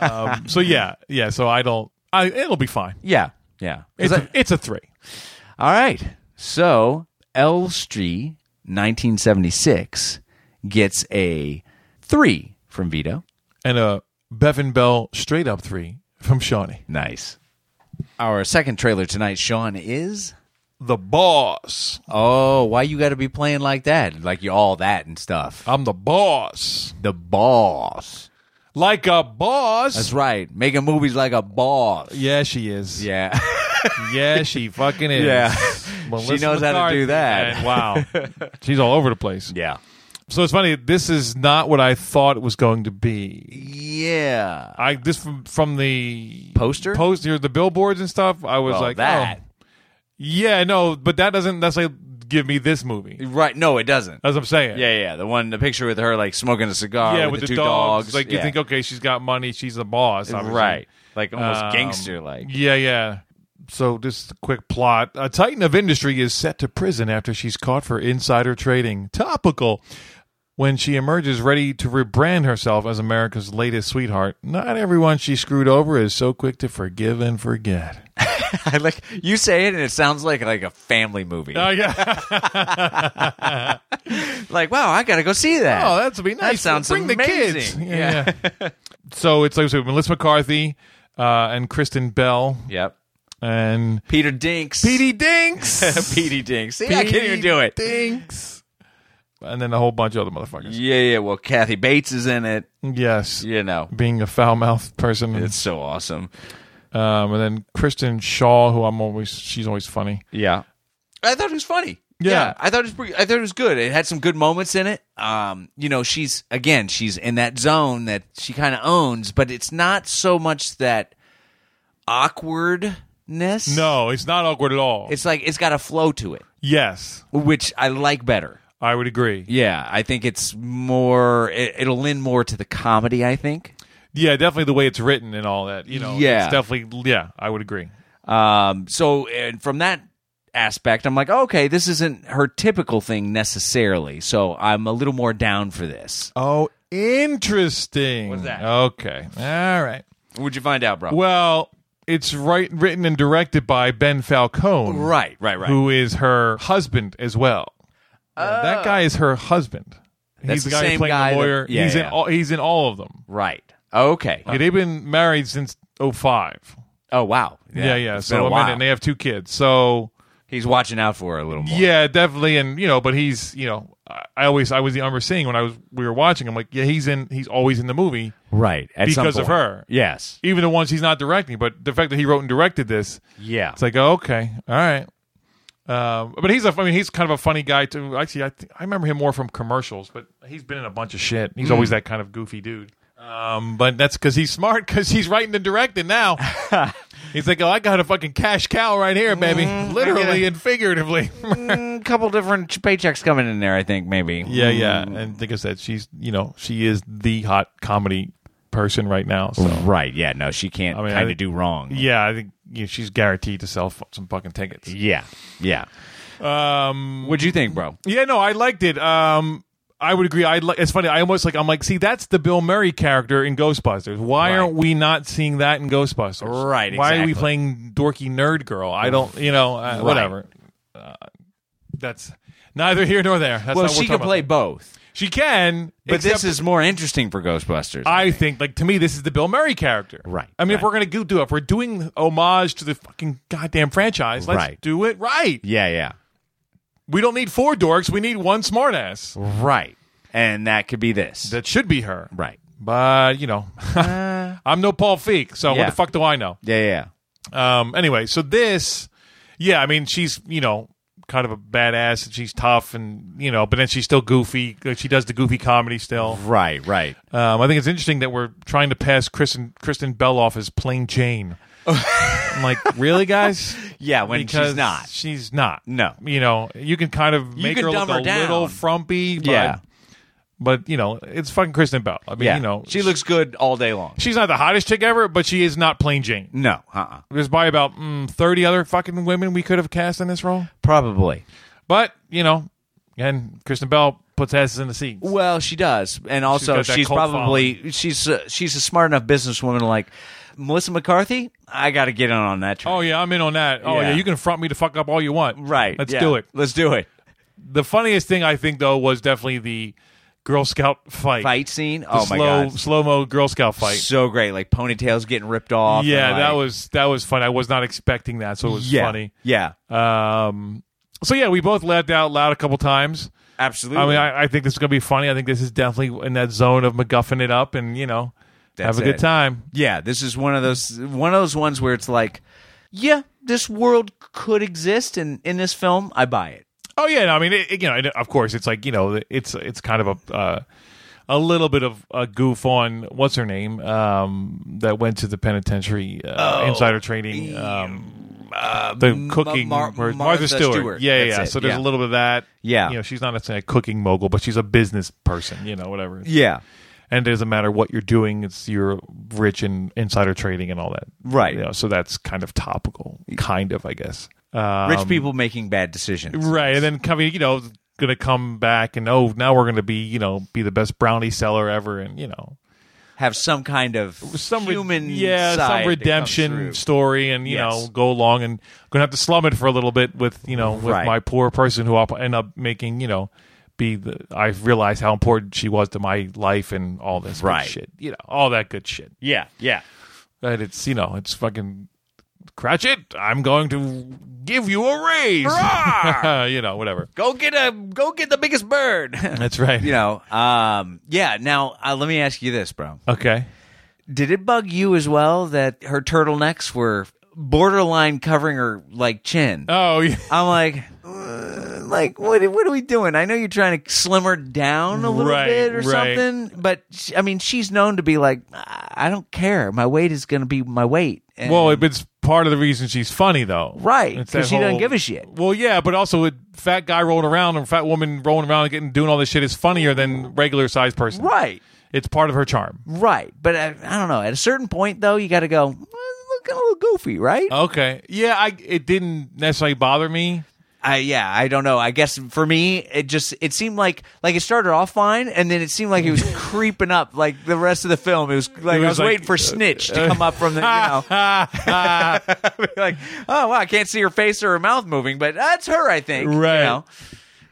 B: um, so yeah, yeah. So I don't. I it'll be fine.
A: Yeah, yeah.
B: It's a, it's a three.
A: All right. So Elstree 1976 gets a three from Vito
B: and a Bevan Bell straight up three from Shawnee.
A: Nice. Our second trailer tonight, Sean, is
B: The boss.
A: Oh, why you got to be playing like that? Like you all that and stuff.
B: I'm the boss.
A: The boss.
B: Like a boss.
A: That's right. Making movies like a boss.
B: yeah, she is.
A: Yeah.
B: Yeah, she fucking is.
A: Yeah.
B: Melissa
A: She knows how to do that.
B: man, wow. She's all over the place.
A: Yeah.
B: So it's funny. This is not what I thought it was going to be.
A: Yeah.
B: I this from, from the
A: Poster?
B: poster, the billboards and stuff. I was
A: Well,
B: like,
A: that.
B: oh, yeah, no, but that doesn't necessarily give me this movie.
A: Right. No, it doesn't.
B: As I'm saying,
A: Yeah, yeah. The one, the picture with her like smoking a cigar
B: yeah, with
A: with, the,
B: the,
A: two
B: dogs.
A: dogs.
B: Like you
A: Yeah.
B: think, okay, she's got money, she's the boss, obviously.
A: right. Like almost
B: Um,
A: gangster like.
B: Yeah, yeah. So just a quick plot. A titan of industry is set to prison after she's caught for insider trading. Topical. When she emerges ready to rebrand herself as America's latest sweetheart, not everyone she screwed over is so quick to forgive and forget.
A: I like you say it and it sounds like like a family movie.
B: yeah.
A: like, wow, I gotta go see that.
B: Oh, that's be nice.
A: That sounds
B: Bring the kids.
A: amazing.
B: Yeah. yeah. so it's like I said, Melissa McCarthy uh, and Kristen Bell
A: Yep.
B: and
A: Peter Dinks.
B: Petey Dinks.
A: Petey Dinks. See, I can't even do it.
B: Dinks. And then a whole bunch of other motherfuckers.
A: Yeah, yeah. Well, Kathy Bates is in it.
B: Yes.
A: You know,
B: Being a foul mouthed person.
A: it's so awesome.
B: um, and then Kristen Shaw, who I'm always, she's always funny.
A: Yeah, I thought it was funny.
B: Yeah.
A: I thought it was. Pretty, I thought it was good. It had some good moments in it. Um, you know, she's again, she's in that zone that she kind of owns, but it's not so much that awkwardness.
B: No, it's not awkward at all.
A: it's like it's got a flow to it,
B: yes,
A: which I like better.
B: I would agree.
A: Yeah, I think it's more. It, it'll lend more to the comedy. I think.
B: Yeah, definitely the way it's written and all that. You know,
A: Yeah.
B: it's definitely. Yeah, I would agree.
A: Um, so and from that aspect, I'm like, okay, this isn't her typical thing necessarily. So I'm a little more down for this.
B: Oh, interesting. What's
A: that?
B: Okay, all right.
A: Would you find out, bro?
B: Well, it's right, written and directed by Ben Falcone,
A: right, right, right.
B: Who is her husband as well? That guy is her husband.
A: Oh. That's
B: he's the
A: the
B: guy who's
A: same
B: playing
A: guy
B: the
A: that-
B: lawyer.
A: yeah,
B: he's in
A: yeah. Oh.
B: all, he's in all of them.
A: right. Okay.
B: Yeah, they've been married since 05.
A: Oh wow.
B: Yeah, yeah.
A: It's been
B: So
A: a
B: a
A: while.
B: minute, and they have two kids. So
A: He's watching out for her a little more.
B: yeah, definitely. And you know, but he's you know, I I always I was the remember seeing when I was we were watching. I'm like, yeah, he's in. He's always in the movie,
A: Right. At some
B: Because of
A: point.
B: her.
A: Yes.
B: even the ones he's not directing. But the fact that he wrote and directed this,
A: Yeah.
B: it's like, oh, okay, all right. Um, but he's a, I mean, he's kind of a funny guy too. Actually, I th- I remember him more from commercials, but he's been in a bunch of shit. He's always that kind of goofy dude. Um, but that's because he's smart because he's writing and directing now. he's like, oh, I got a fucking cash cow right here, baby, literally and figuratively.
A: a couple different ch- paychecks coming in there. I think maybe.
B: yeah, yeah. And like I said, she's you know she is the hot comedy person right now. So
A: Right. Yeah. No, she can't
B: I mean, I
A: kind of
B: think-
A: do wrong.
B: yeah, I think you know, she's guaranteed to sell fu- some fucking tickets.
A: Yeah. Yeah.
B: Um,
A: What'd you think, bro?
B: Yeah, no, I liked it. Um, I would agree. I like. It's funny. I almost like. I'm like, see, that's the Bill Murray character in Ghostbusters. Why
A: Right.
B: aren't we not seeing that in Ghostbusters?
A: Right,
B: Why are we
A: exactly.
B: playing dorky nerd girl? I don't. You know. Uh, Whatever. Uh, that's neither here nor there. That's
A: Well,
B: not what
A: she
B: we're
A: can
B: talking
A: play
B: about.
A: both,
B: She can.
A: but
B: except
A: this is more interesting for Ghostbusters.
B: I think, like to me, this is the Bill Murray character.
A: Right,
B: I mean,
A: right.
B: if we're gonna go do it, if we're doing homage to the fucking goddamn franchise, let's
A: Right.
B: do it right.
A: yeah. Yeah.
B: We don't need four dorks. We need one smartass.
A: Right. And that could be this.
B: That should be her.
A: right.
B: But you know, I'm no Paul Feig, so what
A: Uh. Yeah.
B: the fuck do I know?
A: Yeah, yeah.
B: Um, anyway, so this, yeah, I mean, she's you know kind of a badass and she's tough and you know, but then she's still goofy. Like she does the goofy comedy still.
A: Right, right.
B: Um, I think it's interesting that we're trying to pass Kristen Kristen Bell off as plain Jane. I'm like, really, guys?
A: Yeah, when
B: Because
A: she's not.
B: She's not.
A: No.
B: You know, you can kind of
A: You
B: make
A: can
B: her
A: dumb
B: look
A: her
B: a
A: down.
B: little frumpy. But,
A: Yeah.
B: But you know, it's fucking Kristen Bell. I mean,
A: Yeah.
B: you know,
A: she looks good all day long.
B: She's not the hottest chick ever, but she is not plain Jane.
A: No, uh-uh.
B: There's probably about mm, 30 other fucking women we could have cast in this role.
A: Probably.
B: But, you know, and Kristen Bell puts asses in the seats.
A: Well, she does. And also
B: got that
A: she's,
B: cult
A: probably she's uh, she's a smart enough businesswoman to like Melissa McCarthy, I got to get in on that train.
B: Oh, yeah, I'm in on that. Oh,
A: Yeah.
B: yeah, you can front me to fuck up all you want.
A: right.
B: Let's
A: yeah.
B: do it.
A: Let's do it.
B: The funniest thing I think, though, was definitely the Girl Scout fight.
A: fight scene.
B: The
A: oh my
B: slow,
A: god,
B: Slow mo Girl Scout fight.
A: so great! Like ponytails getting ripped off. and,
B: yeah, that
A: like-
B: was that was fun. I was not expecting that, so it was
A: yeah,
B: funny.
A: Yeah,
B: Um, so yeah, we both laughed out loud a couple times.
A: absolutely.
B: I mean, I, I think this is gonna be funny. I think this is definitely in that zone of MacGuffin it up, and you know,
A: That's
B: have a
A: it.
B: good time.
A: yeah, this is one of those one of those ones where it's like, yeah, this world could exist, and in this film, I buy it.
B: Oh yeah, no, I mean, it, it- you know, it- of course, it's like you know, it's it's kind of a uh, a little bit of a goof on what's her name um, that went to the penitentiary uh,
A: Oh,
B: insider training. Um, the cooking,
A: Mar-
B: where-
A: Martha
B: Martha Stewart.
A: Stewart.
B: Yeah,
A: That's
B: yeah.
A: it,
B: So there's
A: yeah.
B: a little bit of that.
A: Yeah.
B: you know, she's not necessarily a cooking mogul, but she's a business person. You know, whatever.
A: Yeah,
B: and it doesn't matter what you're doing; it's you're rich in insider trading and all that.
A: Right.
B: You know, so that's kind of topical, kind of, I guess. Uh,
A: rich people making bad decisions.
B: um, Right, and then coming, you know, going to come back and oh, now we're going to be, you know, be the best brownie seller ever, and you know,
A: have some kind of
B: some re-
A: human,
B: yeah,
A: side
B: some
A: that
B: redemption
A: comes through.
B: story, and you
A: Yes.
B: know, go along and going to have to slum it for a little bit with you know, with
A: Right.
B: my poor person who I'll end up making, you know. Be the I realized how important she was to my life and all this good
A: Right.
B: shit, you know, all that good shit.
A: Yeah, yeah.
B: But it's you know, it's fucking Cratchit. I'm going to give you a raise, you know, whatever.
A: Go get a go get the biggest bird.
B: That's right.
A: you know, um, yeah. Now uh, let me ask you this, bro.
B: Okay.
A: Did it bug you as well that her turtlenecks were borderline covering her like chin?
B: Oh, yeah.
A: I'm like, uh, like what? What are we doing? I know you're trying to slim her down a little
B: Right,
A: bit or
B: right.
A: something, but sh- I mean, she's known to be like, I I don't care. My weight is going to be my weight. And-
B: Well, it- it's part of the reason she's funny, though.
A: Right,
B: It's that
A: 'cause she doesn't
B: whole-
A: give a shit.
B: Well, yeah, but also a fat guy rolling around and fat woman rolling around and getting doing all this shit is funnier than regular sized person.
A: right,
B: It's part of her charm.
A: right. But I, I don't know. At a certain point, though, you got to go. "Well, Look kind of a little goofy, right?
B: Okay. Yeah, I it didn't necessarily bother me.
A: I yeah, I don't know. I guess for me, it just it seemed like like it started off fine, and then it seemed like it was creeping up. Like the rest of the film, it was like I
B: was
A: was
B: like- uh,
A: waiting for Snitch to come up from the you know. like oh wow, I can't see her face or her mouth moving, but that's her, I think. you
B: Right.
A: know?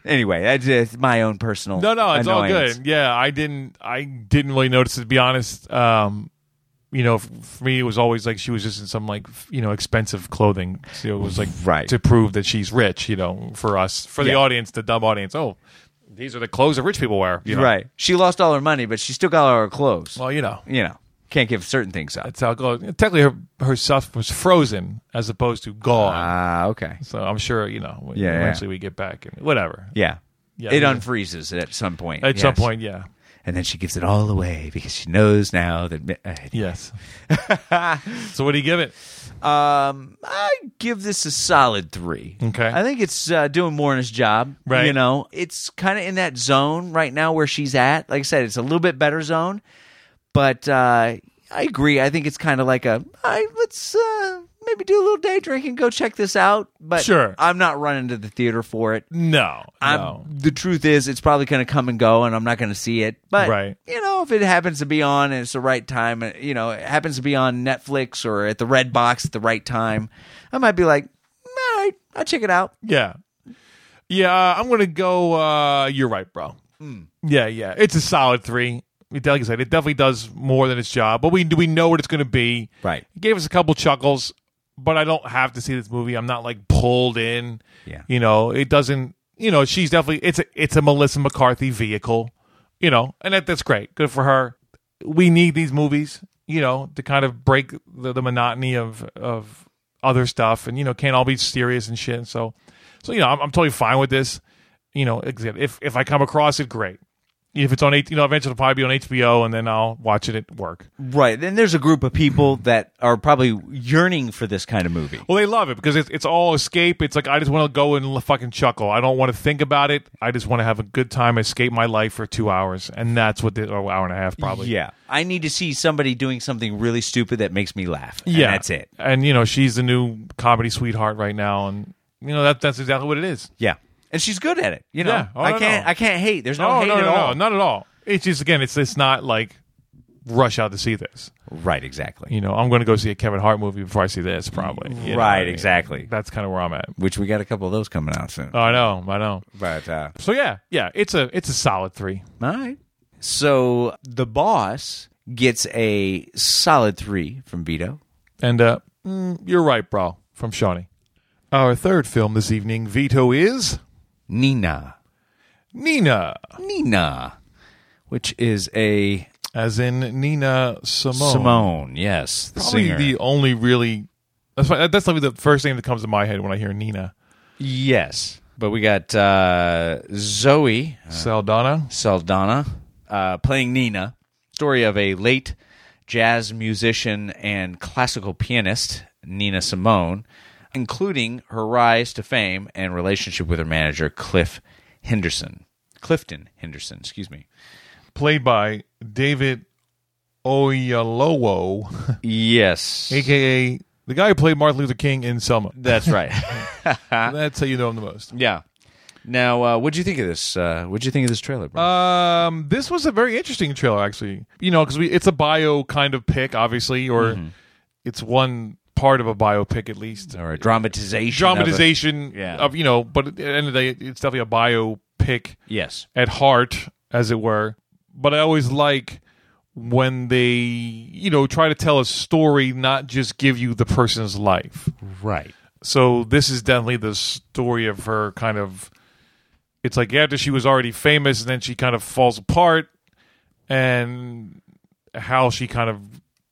A: Anyway, that's just my own personal.
B: No, no, it's all
A: annoyance.
B: good. Yeah, I didn't I didn't really notice it, to be honest. Um you know, f- for me, it was always like she was just in some like f- you know expensive clothing. So it was like
A: Right.
B: to prove that she's rich. You know, for us, for the
A: Yeah.
B: audience, the dumb audience. Oh, these are the clothes that rich people wear. you know?
A: Right. She lost all her money, but she still got all her clothes.
B: Well, you know,
A: you know, can't give certain things up.
B: that's how it goes. Technically, her her stuff was frozen as opposed to gone.
A: Ah, okay.
B: so I'm sure you know. we-
A: Yeah, yeah.
B: eventually we get back and whatever.
A: Yeah.
B: Yeah,
A: it
B: yeah.
A: unfreezes at some point.
B: At some
A: yes.
B: point, yeah.
A: and then she gives it all away because she knows now that. uh,
B: Yes. so what do you give it?
A: Um, I give this a solid three.
B: Okay.
A: I think it's uh, doing more in its job.
B: Right.
A: You know, it's kind of in that zone right now where she's at. Like I said, it's a little bit better zone, but uh, I agree. I think it's kind of like a I let's uh, maybe do a little day drinking, go check this out. But
B: Sure.
A: I'm not running to the theater for it.
B: No,
A: I'm,
B: no.
A: The truth is, it's probably going to come and go, and I'm not going to see it. But
B: Right.
A: you know, if it happens to be on, and it's the right time, and, you know, it happens to be on Netflix or at the Red Box at the right time, I might be like, all right, I'll check it out.
B: Yeah. Yeah, uh, I'm going to go. Uh, you're right, bro.
A: Hmm.
B: Yeah, yeah. It's a solid three. It- Like I said, it definitely does more than its job, but we we know what it's going to be.
A: Right.
B: It gave us a couple chuckles, but I don't have to see this movie. I'm not like pulled in.
A: Yeah.
B: You know, it doesn't. You know, she's definitely it's a it's a Melissa McCarthy vehicle. You know, and that, that's great. Good for her. We need these movies. You know, to kind of break the, the monotony of of other stuff, and you know, can't all be serious and shit. So, so you know, I'm, I'm totally fine with this. You know, if if I come across it, great. If it's on, H- you know, eventually it'll probably be on HBO, and then I'll watch it at work.
A: Right. Then there's a group of people that are probably yearning for this kind of movie.
B: Well, they love it because it's, it's all escape. It's like I just want to go and l- fucking chuckle. I don't want to think about it. I just want to have a good time, escape my life for two hours, and that's what the or hour and a half probably.
A: Yeah. I need to see somebody doing something really stupid that makes me laugh. and
B: yeah,
A: that's it.
B: And you know, she's the new comedy sweetheart right now, and you know that that's exactly what it is.
A: Yeah. And she's good at it. You know,
B: Yeah. Oh,
A: I
B: no,
A: can't.
B: no.
A: I can't hate. There's no,
B: No,
A: hate
B: Oh, no, no,
A: at
B: no,
A: all.
B: not at all. It's just again, it's it's not like rush out to see this.
A: Right. Exactly.
B: You know, I'm going to go see a Kevin Hart movie before I see this, probably. You know what
A: Right,
B: I mean?
A: exactly.
B: That's kind of where I'm at.
A: Which we got a couple of those coming out soon.
B: Oh, I know, I know.
A: But uh,
B: So yeah, yeah, it's a it's a solid three.
A: all right, So the boss gets a solid three from Vito.
B: And uh, mm, you're right, bro, from Shawnee. Our third film this evening, Vito, is
A: Nina.
B: Nina,
A: Nina, which is a
B: as in Nina Simone.
A: Simone, yes, the
B: Probably
A: singer.
B: the only really. That's why- that's probably the first thing that comes to my head when I hear Nina
A: yes. But we got uh, Zoe
B: Saldana.
A: Saldana uh, playing Nina. Story of a late jazz musician and classical pianist, Nina Simone, including her rise to fame and relationship with her manager, Cliff Henderson. Clifton Henderson, excuse me.
B: played by David Oyelowo,
A: Yes.
B: aka the guy who played Martin Luther King in Selma.
A: That's right.
B: That's how you know him the most.
A: yeah. Now, uh, what'd you think of this? Uh, what'd you think of this trailer, bro?
B: Um, this was a very interesting trailer, actually. You know, because it's a bio kind of pick, obviously, or
A: Mm-hmm.
B: it's one part of a biopic at least.
A: or a dramatization. of a-
B: Uh, Dramatization of,
A: Yeah.
B: you know, but at the end of the day, it's definitely a biopic
A: yes.
B: at heart, as it were. But I always like when they, you know, try to tell a story, not just give you the person's life.
A: Right.
B: So this is definitely the story of her kind of. It's like after she was already famous, and then she kind of falls apart, and how she kind of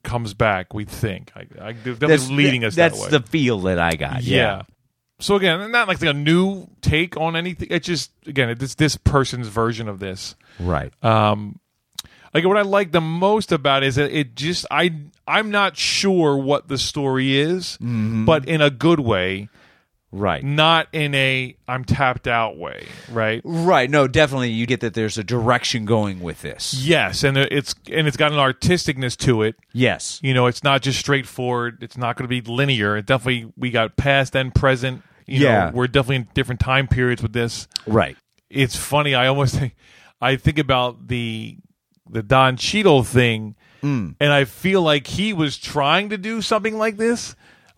B: comes back. We think I, I they're definitely leading us
A: That's
B: that way.
A: the feel that I got.
B: yeah.
A: Yeah.
B: So again, not like a new take on anything. It's just again, it's this person's version of this.
A: Right.
B: Uh, Um, Like what I like the most about it is that it just I I'm not sure what the story is, but in a good way.
A: right.
B: not in a I'm tapped out way, right?
A: Right. No, definitely. You get that there's a direction going with this.
B: Yes, and it's and it's got an artisticness to it.
A: Yes.
B: You know, it's not just straightforward. It's not going to be linear. It definitely we got past and present. You
A: Yeah.
B: know, we're definitely in different time periods with this.
A: Right.
B: It's funny. I almost think, I think about the the Don Cheadle thing,
A: Mm.
B: and I feel like he was trying to do something like this,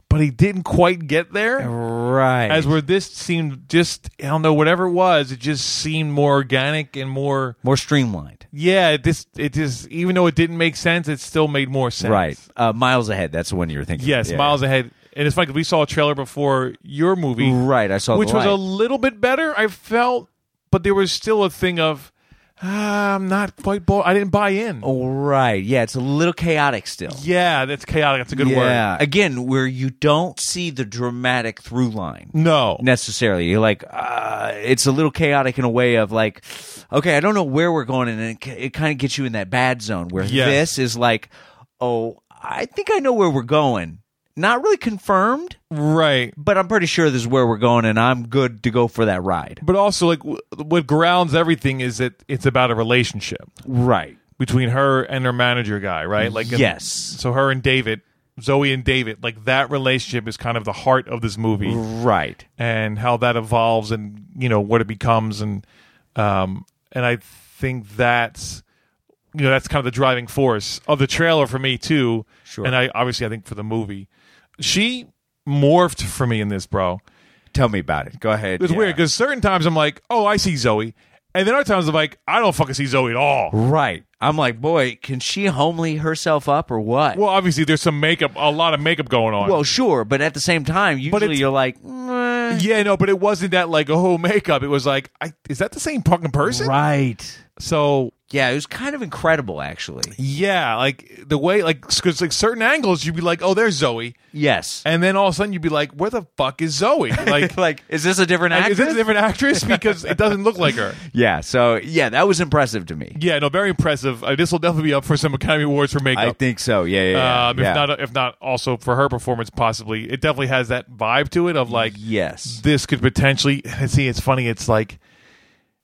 B: but he didn't quite get there.
A: Right.
B: as where this seemed just I don't know whatever it was, it just seemed more organic and more
A: more streamlined.
B: yeah. It just it just even though it didn't make sense, it still made more sense.
A: Right. Uh, miles ahead. That's the one you were thinking.
B: Yes,
A: Yeah.
B: miles ahead. And it's funny 'cause we saw a trailer before your movie,
A: Right. I saw the
B: which was
A: light.
B: a little bit better. I felt, but there was still a thing of ah, I'm not quite. Bought, I didn't buy in.
A: Oh, right. Yeah. It's a little chaotic still.
B: Yeah, that's chaotic. That's a good word.
A: yeah. Again, where you don't see the dramatic through line.
B: No,
A: necessarily. You're like, uh, it's a little chaotic in a way of like, okay, I don't know where we're going, and it, it kind of gets you in that bad zone where
B: Yes.
A: this is like, oh, I think I know where we're going. Not really confirmed,
B: right.
A: but I'm pretty sure this is where we're going, and I'm good to go for that ride.
B: But also, like, w- what grounds everything is that it's about a relationship.
A: Right.
B: between her and her manager guy, right? Like and-
A: Yes.
B: So her and David, Zoe and David, like that relationship is kind of the heart of this movie
A: Right.
B: and how that evolves and you know what it becomes and um and I think that's you know that's kind of the driving force of the trailer for me too.
A: Sure.
B: And I obviously I think for the movie. She morphed for me in this, bro.
A: Tell me about it. Go ahead.
B: It was weird because certain times I'm like, "Oh, I see Zoe." And then other times I'm like, "I don't fucking see Zoe at all."
A: Right. I'm like, boy, can she homely herself up or what?
B: Well, obviously there's some makeup, a lot of makeup going on.
A: Well, sure, but at the same time, usually
B: it's-
A: you're like, "Mm." "Meh."
B: Yeah, no, but it wasn't that like oh makeup. It was like, I, is that the same fucking person?
A: right.
B: So
A: Yeah, it was kind of incredible, actually.
B: yeah, like the way like because like certain angles you'd be like, oh, there's Zoe,
A: Yes.
B: and then all of a sudden you'd be like, where the fuck is Zoe? Like,
A: like, is this a different
B: like,
A: actress?
B: is this a different actress because it doesn't look like her?
A: yeah. So yeah, that was impressive to me.
B: Yeah, no, very impressive. Uh, this will definitely be up for some Academy Awards for makeup.
A: I think so. Yeah, yeah. yeah,
B: um,
A: yeah.
B: if not, if not also for her performance, possibly it definitely has that vibe to it of like,
A: yes.
B: this could potentially see it's funny it's like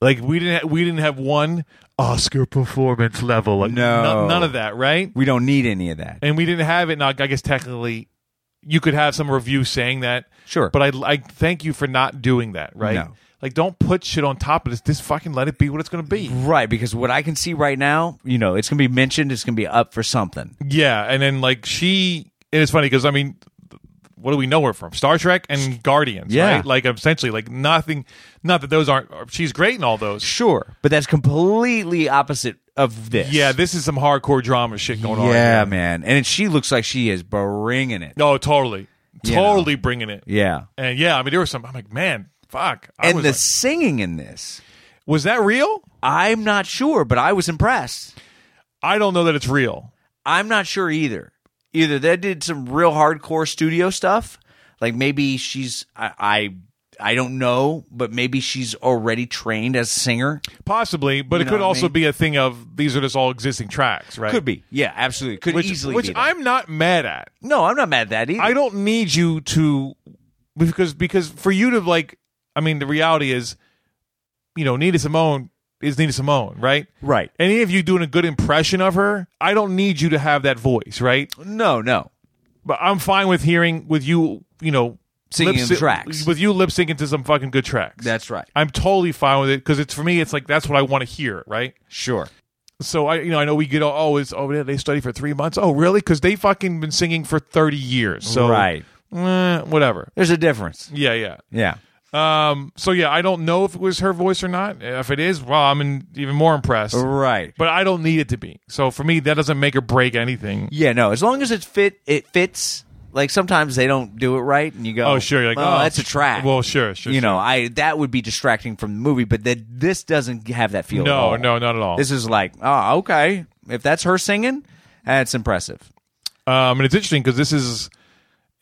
B: like we didn't ha- we didn't have one oscar performance level like
A: No.
B: no- none of that right
A: We don't need any of that.
B: and we didn't have it now i guess technically you could have some review saying that
A: Sure.
B: but i i thank you for not doing that right
A: No.
B: like don't put shit on top of this just fucking let it be what it's gonna be
A: Right, because what I can see right now, you know, it's gonna be mentioned. It's gonna be up for something.
B: yeah and then like she and it's funny because i mean what do we know her from? Star Trek and Guardians,
A: Yeah.
B: right? Like essentially, like nothing. Not that those aren't. She's great in all those.
A: Sure, but that's completely opposite of this.
B: Yeah, this is some hardcore drama shit going on.
A: yeah,
B: here.
A: man. And she looks like she is bringing it.
B: No, Oh, totally,
A: You know.
B: totally bringing it.
A: Yeah.
B: And yeah, I mean, there was some. I'm like, man, fuck. I
A: And
B: was
A: the
B: like,
A: singing in this,
B: was that real?
A: I'm not sure, but I was impressed.
B: I don't know that it's real.
A: I'm not sure either. Either they did some real hardcore studio stuff, like maybe she's I I, I don't know, but maybe she's already trained as a singer.
B: Possibly, but
A: You
B: it
A: know
B: could
A: what I
B: also
A: mean?
B: be a thing of these are just all existing tracks, right?
A: Could be, yeah, absolutely, could
B: which,
A: easily.
B: which
A: be that.
B: I'm not mad at.
A: no, I'm not mad at that either.
B: I don't need you to because because for you to like I mean the reality is you know Nina Simone is Nina Simone, right?
A: Right.
B: Any of you doing a good impression of her, I don't need you to have that voice, right?
A: no, no,
B: But I'm fine with hearing with you, you know,
A: Singing
B: lip-syn-
A: tracks.
B: with you lip syncing to some fucking good tracks.
A: That's right.
B: I'm totally fine with it because it's for me. It's like that's what I want to hear, right?
A: sure.
B: So I, you know, I know we get all, oh, it's, oh, yeah, they study for three months. Oh, really? Because they fucking been singing for thirty years. So
A: Right.
B: eh, whatever.
A: There's a difference.
B: Yeah, yeah.
A: Yeah.
B: Um, so yeah, I don't know if it was her voice or not. If it is, well, I'm in, even more impressed.
A: Right.
B: But I don't need it to be. So for me, that doesn't make or break anything.
A: Yeah, no. As long as it fit, it fits. Like sometimes they don't do it right, and you go,
B: Oh, sure. You're like,
A: "Oh,
B: oh,
A: that's a track."
B: well, sure, sure,
A: You
B: sure.
A: know, I that would be distracting from the movie, but that this doesn't have that feel. at
B: No,
A: all.
B: no, not at all.
A: This is like, oh, okay. If that's her singing, that's impressive.
B: Um, and it's interesting because this is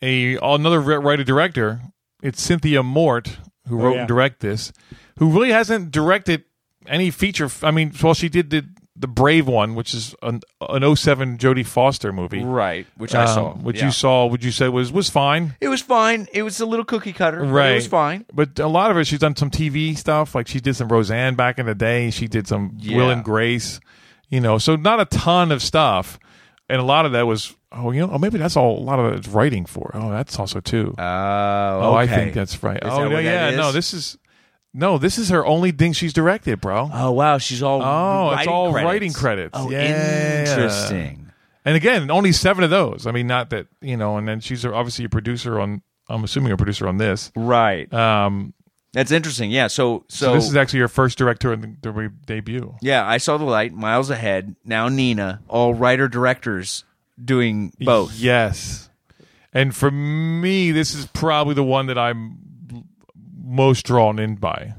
B: a another writer director. It's Cynthia Mort who wrote and direct this, who really hasn't directed any feature. f- I mean, well, she did the the Brave one, which is an, an 07 Jodie Foster movie,
A: Which
B: Um, which you saw, would you say was was fine,
A: It was fine. It was a little cookie cutter. but
B: right?
A: It was fine.
B: But a lot of it, she's done some TV stuff. Like she did some Roseanne back in the day. She did some Will
A: Yeah.
B: and Grace, you know. So not a ton of stuff, and a lot of that was oh, you know, oh, maybe that's all. A lot of it's writing for. Oh, that's also too.
A: Oh,
B: Oh, I
A: okay.
B: think that's right. oh,
A: that
B: no,
A: what that
B: yeah, no,
A: is?
B: this is no, this is her only thing she's directed, bro.
A: Oh wow, she's all.
B: Oh, it's
A: writing
B: all
A: credits.
B: writing credits.
A: Oh,
B: Yeah.
A: interesting.
B: and again, only seven of those. I mean, not that you know. And then she's obviously a producer on. I'm assuming a producer on this.
A: Right.
B: Um,
A: That's interesting. Yeah. So so,
B: so, this is actually her first director and the, the debut.
A: yeah. I saw the light miles ahead. Now Nina, all writer directors doing both.
B: Yes. And for me, this is probably the one that I'm most drawn in by.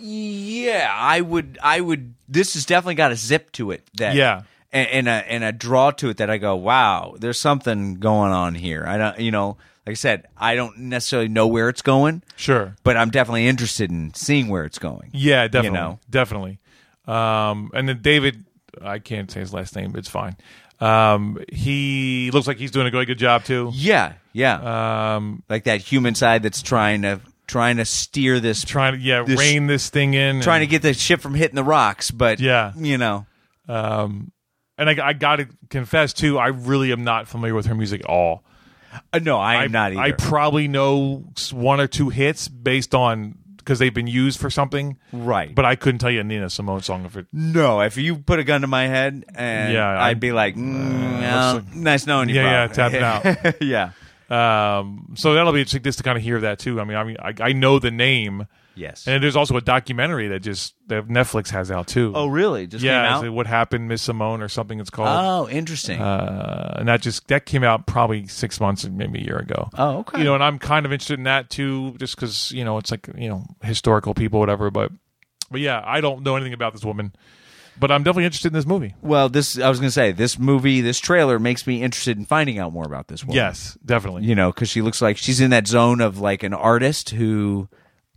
A: Yeah, I would. I would. This has definitely got a zip to it. That
B: Yeah.
A: and, and a and a draw to it that I go, wow, there's something going on here. I don't, you know, like I said, I don't necessarily know where it's going,
B: Sure.
A: but I'm definitely interested in seeing where it's going.
B: Yeah, definitely,
A: know?
B: definitely. Um, and then David, I can't say his last name, but it's fine. Um, he looks like he's doing a really good job too.
A: Yeah, yeah.
B: Um,
A: like that human side that's trying to trying to steer this,
B: trying to yeah
A: This-
B: rein this thing in,
A: trying to
B: and,
A: get the ship from hitting the rocks, but
B: Yeah.
A: you know,
B: Um, and I, I got to confess too, I really am not familiar with her music at all.
A: Uh, no, I am not either.
B: I probably know s- one or two hits based on because they've been used for something,
A: Right.
B: But I couldn't tell you a Nina Simone song if it.
A: No, if you put a gun to my head, and
B: Yeah,
A: I'd,
B: I-
A: be like, mm, no,
B: looks like-
A: nice knowing you.
B: Yeah,
A: bro.
B: yeah, tapping
A: out. yeah.
B: Um, so that'll be interesting just to kind of hear that too. I mean, I mean, I, I know the name.
A: Yes.
B: And there's also a documentary that just that Netflix has out too.
A: oh, really? Just
B: yeah,
A: came
B: it's
A: out.
B: what happened, Miss Simone, or something it's called.
A: Oh, interesting.
B: Uh, and that just that came out probably six months, maybe a year ago.
A: Oh, okay.
B: You know, and I'm kind of interested in that too, just because you know it's like you know historical people, whatever. But but yeah, I don't know anything about this woman, but I'm definitely interested in this movie.
A: well, this I was going to say this movie, this trailer makes me interested in finding out more about this woman.
B: Yes, definitely.
A: you know, because she looks like she's in that zone of like an artist who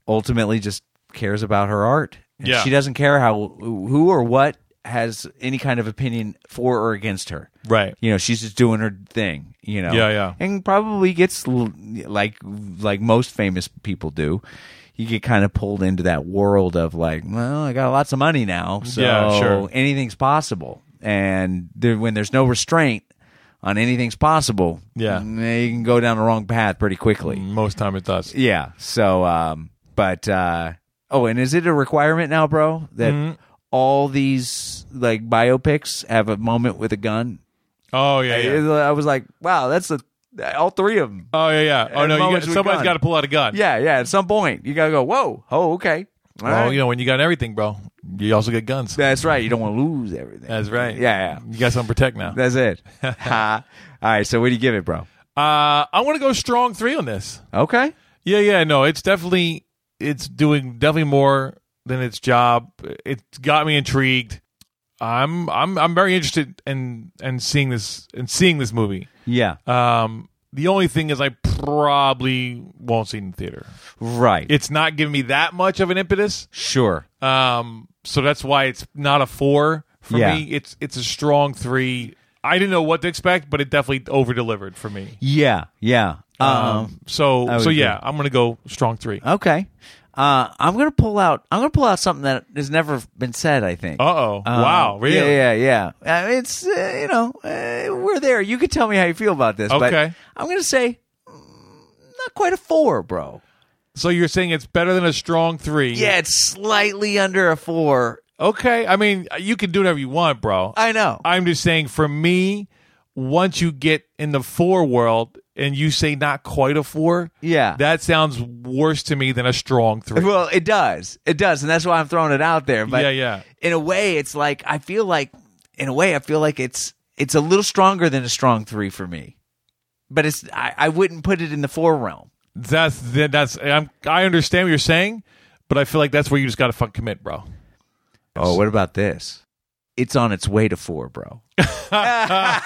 A: ultimately just cares about her art. And
B: Yeah.
A: she doesn't care how who or what has any kind of opinion for or against her.
B: Right.
A: You know, she's just doing her thing. You know.
B: Yeah, yeah.
A: And probably gets l- like like most famous people do. You get kind of pulled into that world of like, well, I got lots of money now, so
B: Yeah, sure.
A: anything's possible. And there, when there's no restraint on anything's possible,
B: Yeah. Mm.
A: eh, you can go down the wrong path pretty quickly.
B: Most time it does.
A: Yeah. So, um, but uh, oh, and is it a requirement now, bro, that
B: Mm-hmm.
A: all these like biopics have a moment with a gun?
B: Oh yeah, yeah.
A: I was like, wow, that's a All three of them.
B: Oh yeah, yeah. Oh
A: At
B: no, you got,
A: moments with
B: somebody's
A: gun.
B: got to pull out a gun.
A: Yeah, yeah. At some point, you gotta go. Whoa. Oh, okay. All
B: Well,
A: right.
B: you know when you got everything, bro, you also get guns.
A: That's right. You don't want to lose everything.
B: That's right.
A: Yeah, yeah.
B: You got something to protect now.
A: That's it. Ha. All right. So what do you give it, bro?
B: Uh, I want to go strong three on this.
A: Okay.
B: Yeah, yeah, no, it's definitely it's doing definitely more than its job. It's got me intrigued. I'm I'm I'm very interested in in seeing this in seeing this movie.
A: Yeah.
B: Um, the only thing is I probably won't see it in the theater.
A: right.
B: It's not giving me that much of an impetus.
A: sure.
B: Um, so that's why it's not a four for
A: Yeah.
B: me. It's it's a strong three. I didn't know what to expect, but it definitely over delivered for me.
A: Yeah. Yeah. Um. I
B: so
A: would
B: so yeah,
A: agree.
B: I'm gonna go strong three.
A: okay. Uh, I'm gonna pull out. I'm gonna pull out something that has never been said. I think.
B: Uh oh!
A: Um,
B: wow! Really?
A: Yeah, yeah, yeah. Uh, it's uh, you know uh, we're there. You can tell me how you feel about this.
B: Okay.
A: But I'm gonna say mm, not quite a four, bro.
B: So you're saying it's better than a strong three?
A: Yeah, it's slightly under a four.
B: Okay. I mean, you can do whatever you want, bro.
A: I know.
B: I'm just saying, for me, once you get in the four world and you say not quite a four,
A: Yeah.
B: that sounds worse to me than a strong three.
A: well, it does. It does, and that's why I'm throwing it out there. But
B: Yeah, yeah.
A: In a way, it's like I feel like in a way I feel like it's it's a little stronger than a strong three for me. But it's I, I wouldn't put it in the four realm.
B: that's that's I'm, I understand what you're saying, but I feel like that's where you just got to fuck commit, bro.
A: Oh, what about this? It's on its way to four, bro.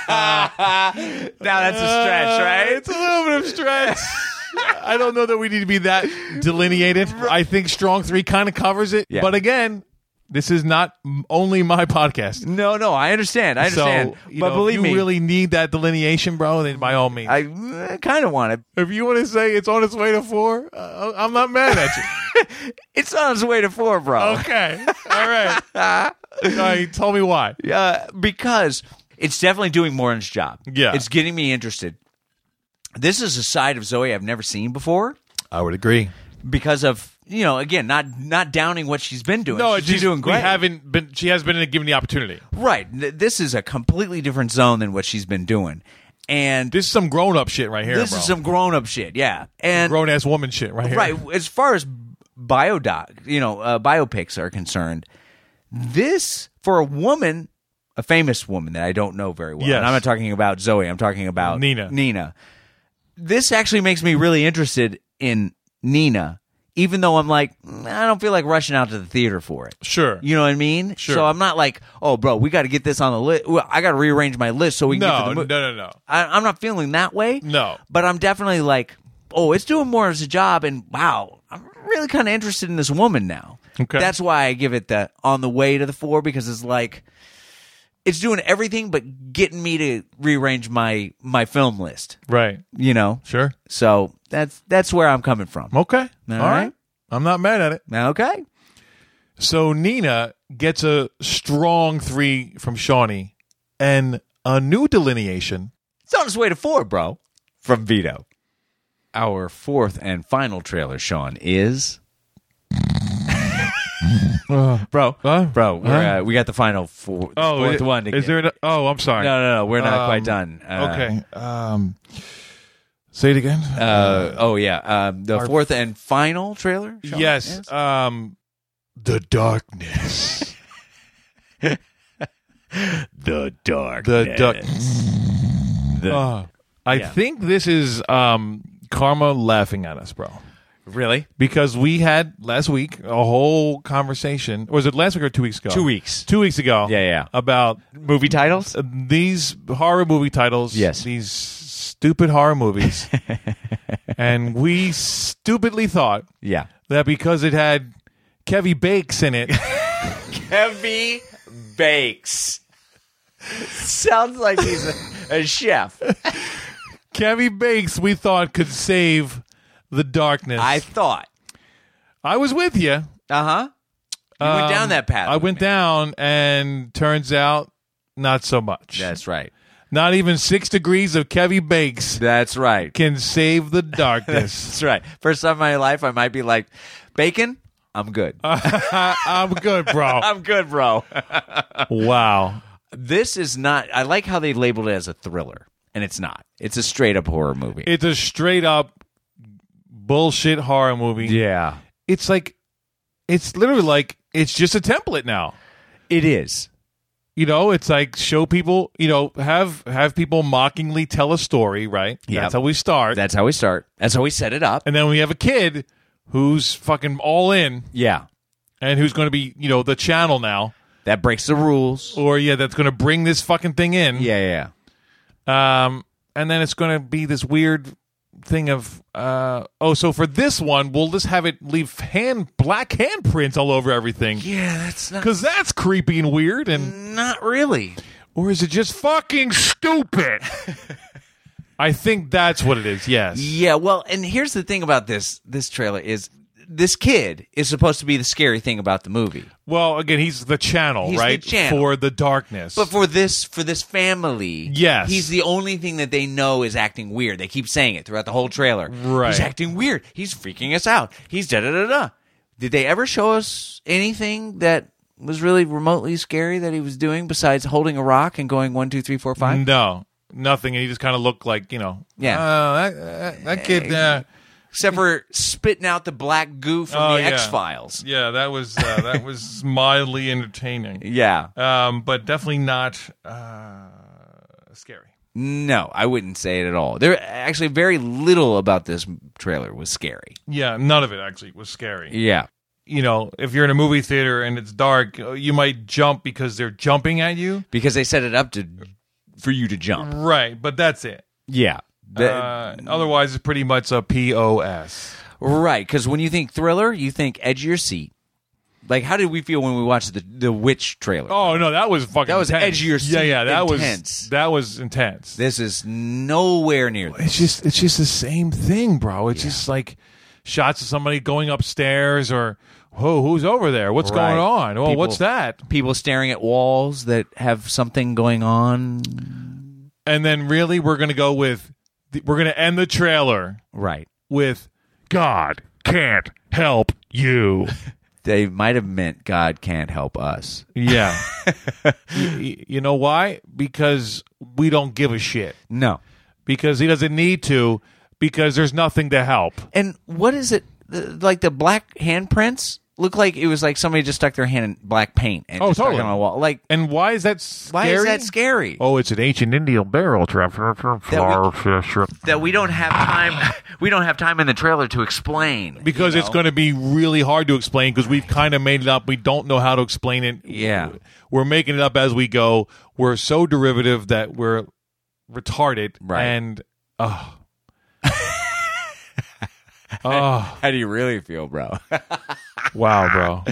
A: now that's a stretch, right?
B: Uh, it's a little bit of a stretch. I don't know that we need to be that delineated. I think Strong Three kind of covers it.
A: Yeah.
B: But again, this is not m- only my podcast.
A: no, no, I understand. I understand.
B: So, you
A: but
B: know,
A: believe
B: if you
A: me,
B: really need that delineation, bro. Then by all means,
A: I uh, kind of want it.
B: if you want to say it's on its way to four, uh, I'm not mad at you.
A: It's on its way to four, bro.
B: okay, all right. All right, tell me why.
A: uh, because it's definitely doing more in its job.
B: Yeah.
A: It's getting me interested. This is a side of Zoe I've never seen before
B: I would agree.
A: because of, you know, again, not not downing what she's been doing.
B: No,
A: she's,
B: she's-
A: doing great.
B: We haven't been. She has been given the opportunity.
A: right. Th- This is a completely different zone than what she's been doing. And this,
B: This is some grown up shit right here. bro.
A: is some grown up shit. Yeah. And
B: grown ass woman shit right here.
A: right as far as biodoc you know uh, biopics are concerned this for a woman a famous woman that i don't know very well
B: Yes.
A: and i'm not talking about zoe i'm talking about
B: Nina.
A: nina this actually makes me really interested in nina even though i'm like mm, i don't feel like rushing out to the theater for it
B: Sure.
A: you know what I mean?
B: Sure.
A: So I'm not like, oh, bro, we got to get this on the list. I got to rearrange my list so we can get to
B: no,
A: the
B: no,
A: mo-
B: no, no.
A: I, I'm not feeling that way.
B: No.
A: But I'm definitely like, oh, it's doing more as a job, and wow, I'm really kind of interested in this woman now.
B: Okay.
A: That's why I give it the on the way to the four because it's like, it's doing everything but getting me to rearrange my my film list.
B: Right.
A: You know.
B: Sure.
A: So that's that's where I'm coming from.
B: Okay.
A: All
B: All right.
A: right.
B: I'm not mad at it.
A: Okay.
B: So Nina gets a strong three from Shawnee and a new delineation.
A: It's on its way to four, bro. From Vito. Our fourth and final trailer, Sean, is. bro,
B: Huh?
A: bro, we're,
B: Huh?
A: uh, we got the final four, fourth one. To
B: Oh, is
A: get.
B: there? An, oh, I'm sorry.
A: No, no, no. We're not
B: Um,
A: quite done. Uh,
B: okay. Um, say it again.
A: Uh, oh yeah, um, the
B: Our-
A: fourth and final trailer. Sean,
B: yes. Um, the darkness.
C: The dark.
B: The duck. Uh, I
A: Yeah.
B: think this is um, karma laughing at us, bro.
A: Really?
B: because we had last week a whole conversation. Was it last week or two weeks ago?
A: Two weeks.
B: Two weeks ago.
A: Yeah, yeah.
B: About Uh,
A: Movie titles?
B: these horror movie titles.
A: Yes.
B: These stupid horror movies. and we stupidly thought
A: Yeah.
B: that because it had Kevy Bakes in it,
A: Heavy bakes. Sounds like he's a, a chef.
B: Kevy Bakes, we thought could save the darkness.
A: I thought.
B: I was with you.
A: Uh huh. You went down that path.
B: I
A: with
B: went
A: me.
B: down, and turns out not so much.
A: That's right.
B: Not even six degrees of Kevy Bakes
A: That's right.
B: can save the darkness.
A: That's right. First time in my life, I might be like, bacon. I'm good.
B: Uh, I'm good, bro.
A: I'm good, bro.
B: Wow.
A: this is not. I like how they labeled it as a thriller. and it's not. It's a straight up horror movie.
B: It's a straight up bullshit horror movie.
A: yeah,
B: It's like, it's literally like, it's just a template now.
A: it is.
B: You know, it's like show people, you know, have have people mockingly tell a story, right?
A: Yep.
B: That's how we start.
A: That's how we start. That's how we set it up.
B: and then we have a kid who's fucking all in
A: Yeah,
B: and who's going to be, you know, the channel now.
A: that breaks the rules.
B: Or yeah, that's going to bring this fucking thing in.
A: Yeah, yeah.
B: Um, and then it's going to be this weird thing of uh oh, so for this one, we'll just have it leave hand black handprints all over everything
A: Yeah, that's not
B: because that's creepy and weird. And
A: not really.
B: or is it just fucking stupid? I think that's what it is. Yes.
A: Yeah, well, and here's the thing about this this trailer is this kid is supposed to be the scary thing about the movie.
B: Well, again, he's the channel,
A: He's the
B: right?
A: channel.
B: For the darkness.
A: But for this for this family,
B: Yes.
A: he's the only thing that they know is acting weird. They keep saying it throughout the whole trailer.
B: Right.
A: he's acting weird. He's freaking us out. He's da da da da. Did they ever show us anything that was really remotely scary that he was doing besides holding a rock and going one two three four five?
B: no, nothing. And he just kind of looked like, you know,
A: Yeah.
B: "Oh, that, that, that kid. Uh,
A: Except for spitting out the black goo from
B: oh,
A: the
B: yeah.
A: X Files.
B: Yeah, that was uh, that was mildly entertaining.
A: yeah.
B: Um, but definitely not uh, scary.
A: No, I wouldn't say it at all. There actually very little about this trailer was scary.
B: Yeah, none of it actually was scary.
A: Yeah.
B: You know, if you're in a movie theater and it's dark, uh, you might jump because they're jumping at you.
A: Because they set it up to for you to jump.
B: Right, but that's it.
A: Yeah.
B: Uh, otherwise, it's pretty much a POS.
A: right, cuz when you think thriller, you think edge of your seat. Like how did we feel when we watched the the witch trailer?
B: Oh no, that was fucking.
A: That was
B: intense.
A: edge of your
B: Yeah,
A: seat
B: yeah, that
A: intense.
B: was that was intense.
A: This is nowhere near that.
B: it's just it's just the same thing, bro. It's just like shots of somebody going upstairs or whoa, who's over there? What's going
A: Right.
B: on? Oh,
A: People-
B: what's that?
A: People staring at walls that have something going on.
B: And then really, we're gonna go with the, we're gonna end the trailer
A: Right.
B: with God can't help you.
A: They might have meant God can't help us.
B: Yeah, you, you know why? Because we don't give a shit.
A: No.
B: Because he doesn't need to. Because there's nothing to help.
A: And what is it? The, like the black handprints look like it was like somebody just stuck their hand in black paint and
B: Oh,
A: just stuck it
B: totally.
A: on a wall. Like
B: And why is that scary?
A: why is that scary?
B: Oh, it's an ancient Indian barrel trap.
A: That we don't have time. we don't have time in the trailer to explain
B: because
A: you
B: it's
A: know?
B: going to be really hard to explain because we've kind of made it up. We don't know how to explain it.
A: Yeah.
B: we're making it up as we go. We're so derivative that we're retarded.
A: Right.
B: And oh, oh
A: How do you really feel, bro?
B: wow, bro.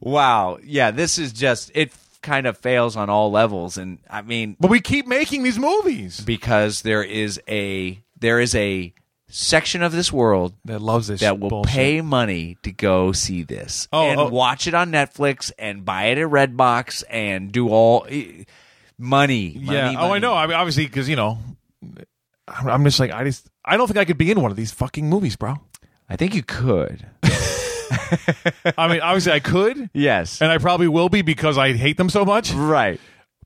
A: wow. Yeah, this is just it. Kind of fails on all levels, and I mean
B: But we keep making these movies
A: because there is a there is a section of this world
B: that loves this.
A: that will
B: bullshit.
A: pay money to go see this
B: Oh,
A: and
B: oh.
A: watch it on Netflix and buy it at Redbox and do all eh, money.
B: Yeah.
A: money,
B: oh, I
A: money.
B: know. I mean, obviously, because you know, I'm, I'm just like I just I don't think I could be in one of these fucking movies, bro.
A: I think you could.
B: I mean, obviously, I could.
A: Yes.
B: And I probably will be because I hate them so much.
A: right.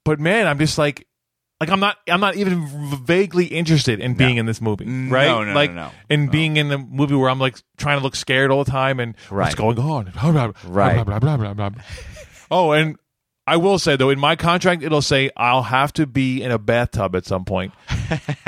B: but man, I'm just like, like I'm not, I'm not even vaguely interested in being in this movie, right?
A: no, no,
B: like,
A: no.
B: And being in the movie where I'm like trying to look scared all the time and what's
A: Right.
B: going on, blah, blah, blah,
A: Right.
B: Blah, blah, blah, blah, blah. oh, and I will say though, in my contract, it'll say I'll have to be in a bathtub at some point,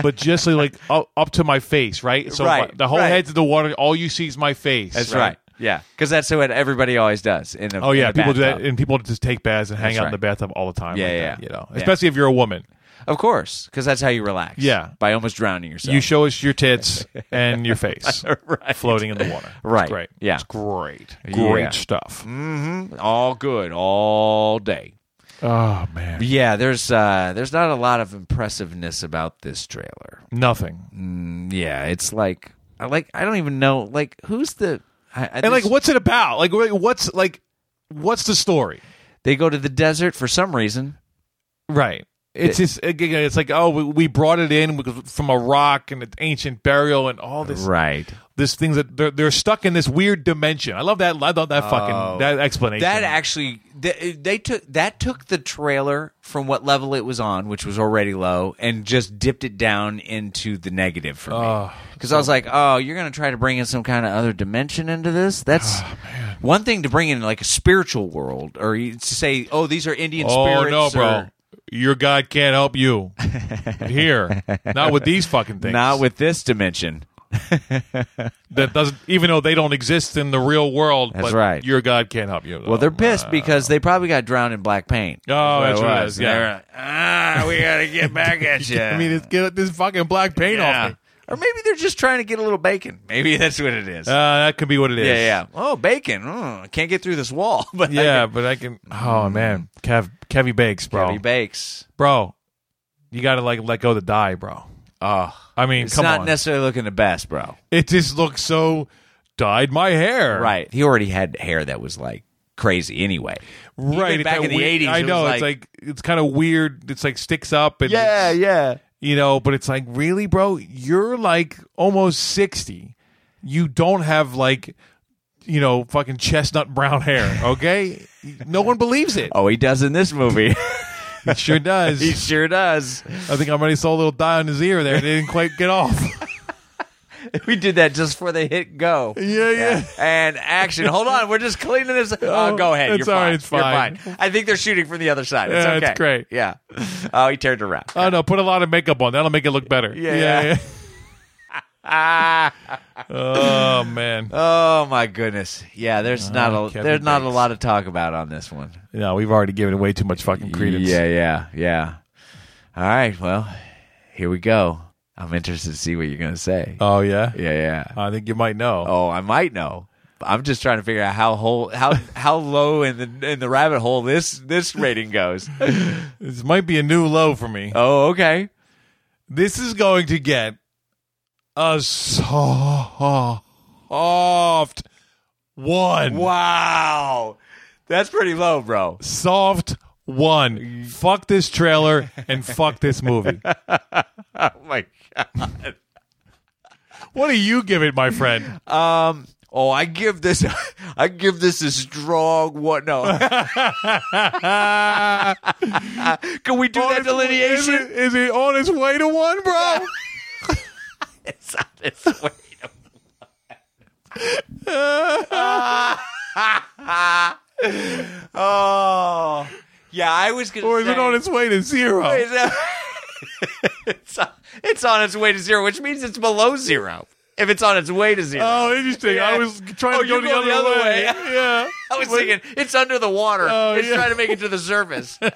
B: but just so, like up, up to my face, right? So
A: Right,
B: my- the whole
A: right.
B: head's in the water. All you see is my face.
A: That's right. Yeah, because that's what everybody always does. In a,
B: Oh
A: in
B: yeah,
A: a
B: people do that,
A: bathtub.
B: and people just take baths and hang
A: That's
B: out in
A: right.
B: the bathtub all the time.
A: Yeah,
B: like
A: yeah,
B: that, you know,
A: yeah.
B: especially if you're a woman.
A: Of course, because that's how you relax.
B: Yeah.
A: by almost drowning yourself.
B: You show us your tits and your face
A: Right.
B: floating in the water.
A: Right.
B: It's great.
A: Yeah. Mm.
B: It's great.
A: Yeah.
B: Great stuff.
A: Mm-hmm. all good all day.
B: Oh, man.
A: Yeah, there's uh, there's not a lot of impressiveness about this trailer.
B: Nothing.
A: Yeah, it's like I like I don't even know like who's the I, I,
B: And, like,
A: this-
B: what's it about? Like, wait, what's, like, what's the story?
A: they go to the desert for some reason.
B: Right. It's just again, it's like oh we, we brought it in because from a rock and an ancient burial and all this
A: Right.
B: this things that they're, they're stuck in this weird dimension. I love that I love that fucking that explanation.
A: Oh. That actually, they, they took that took the trailer from what level it was on, which was already low, and just dipped it down into the negative for me. Because I was like, oh, you're gonna try to bring in some kind of other dimension into this. That's
B: Ah,
A: one thing to bring in like a spiritual world, or you- to say, oh, these are Indian
B: oh
A: spirits.
B: no, bro,
A: or-
B: your God can't help you here, not with these fucking things.
A: not with this dimension.
B: that doesn't even though they don't exist in the real world.
A: That's
B: but
A: right.
B: Your God can't help you.
A: Well, they're pissed because they probably got drowned in black paint.
B: Oh, that's
A: what
B: what it
A: was.
B: is,
A: And they
B: yeah.
A: were like, ah, we gotta get back at you.
B: I mean, it's, get this fucking black paint off me.
A: Or maybe they're just trying to get a little bacon. Maybe that's what it is.
B: Uh, that could be what it is.
A: yeah, yeah. Oh, bacon. Mm, can't get through this wall, but
B: Yeah, but I can.
A: Hmm.
B: Oh man, Kev, Kevy bakes, bro.
A: Heavy bakes.
B: bro, you gotta like let go the die, bro.
A: Oh,
B: I mean,
A: it's
B: come
A: not
B: on.
A: necessarily looking the best, bro.
B: it just looks so dyed my hair.
A: Right. He already had hair that was like crazy anyway.
B: right.
A: Even
B: It's
A: back
B: that
A: in the
B: weird-
A: 80s,
B: I
A: it
B: know
A: was
B: it's
A: like-
B: like it's kind of weird. It's like sticks up and it's-
A: yeah.
B: you know. But it's like really, bro, you're like almost sixty. You don't have like you know fucking chestnut brown hair. Okay, no one believes it.
A: Oh, he does in this movie.
B: It sure does.
A: he sure does.
B: I think I already saw a little dye on his ear there. It didn't quite get off.
A: We did that just before they hit go.
B: Yeah, yeah.
A: And action. Hold on, we're just cleaning this. Oh, go ahead.
B: it's
A: You're
B: all
A: fine.
B: right, it's
A: You're
B: fine.
A: fine. I think they're shooting from the other side. It's
B: Yeah,
A: okay.
B: it's great.
A: Yeah. Oh, he turned around.
B: Oh no, put a lot of makeup on. That'll make it look better.
A: Yeah,
B: oh man.
A: Oh my goodness. Yeah, there's not a
B: Uh, Kevin
A: there's not a
B: Bacon.
A: lot of talk about on this one.
B: No, we've already given away too much fucking credence.
A: Yeah, yeah, yeah. All right. Well, here we go. I'm interested to see what you're gonna say.
B: Oh yeah.
A: yeah, yeah.
B: I think you might know.
A: Oh, I might know. I'm just trying to figure out how whole how how low in the in the rabbit hole this this rating goes.
B: This might be a new low for me.
A: Oh, okay.
B: This is going to get a soft one.
A: Wow. That's pretty low, bro.
B: Soft one. Fuck this trailer and fuck this movie.
A: Oh my god.
B: What do you give it, my friend?
A: Um oh, I give this I give this a strong what no. Can we do that
B: Is
A: delineation?
B: it, is it on its way to one, bro?
A: It's on its way to- oh. Yeah, I was going to
B: Or is it on its way to zero?
A: it's, on, it's on its way to zero, which means it's below zero. If it's on its way to zero.
B: Oh, interesting. I was trying
A: Oh,
B: to go
A: you're
B: the other,
A: going the other
B: way.
A: way.
B: yeah.
A: I was thinking it's under the water.
B: Oh,
A: it's
B: yeah.
A: trying to make it to the surface. uh,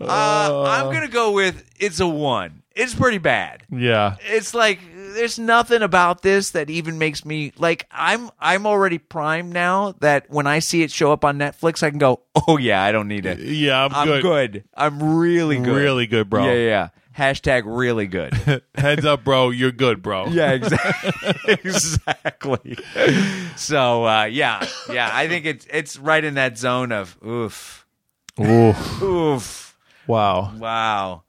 A: Uh, I'm gonna go with it's a one. It's pretty bad.
B: Yeah.
A: It's like there's nothing about this that even makes me like I'm I'm already primed now that when I see it show up on Netflix I can go oh yeah I don't need it
B: Yeah, I'm,
A: I'm good, I'm really good
B: Really good, bro.
A: yeah yeah hashtag really good
B: Heads up, bro. You're good, bro.
A: Yeah, exactly. exactly. So uh, yeah, yeah. I think it's it's right in that zone of oof,
B: Ooh,
A: oof,
B: wow.
A: wow.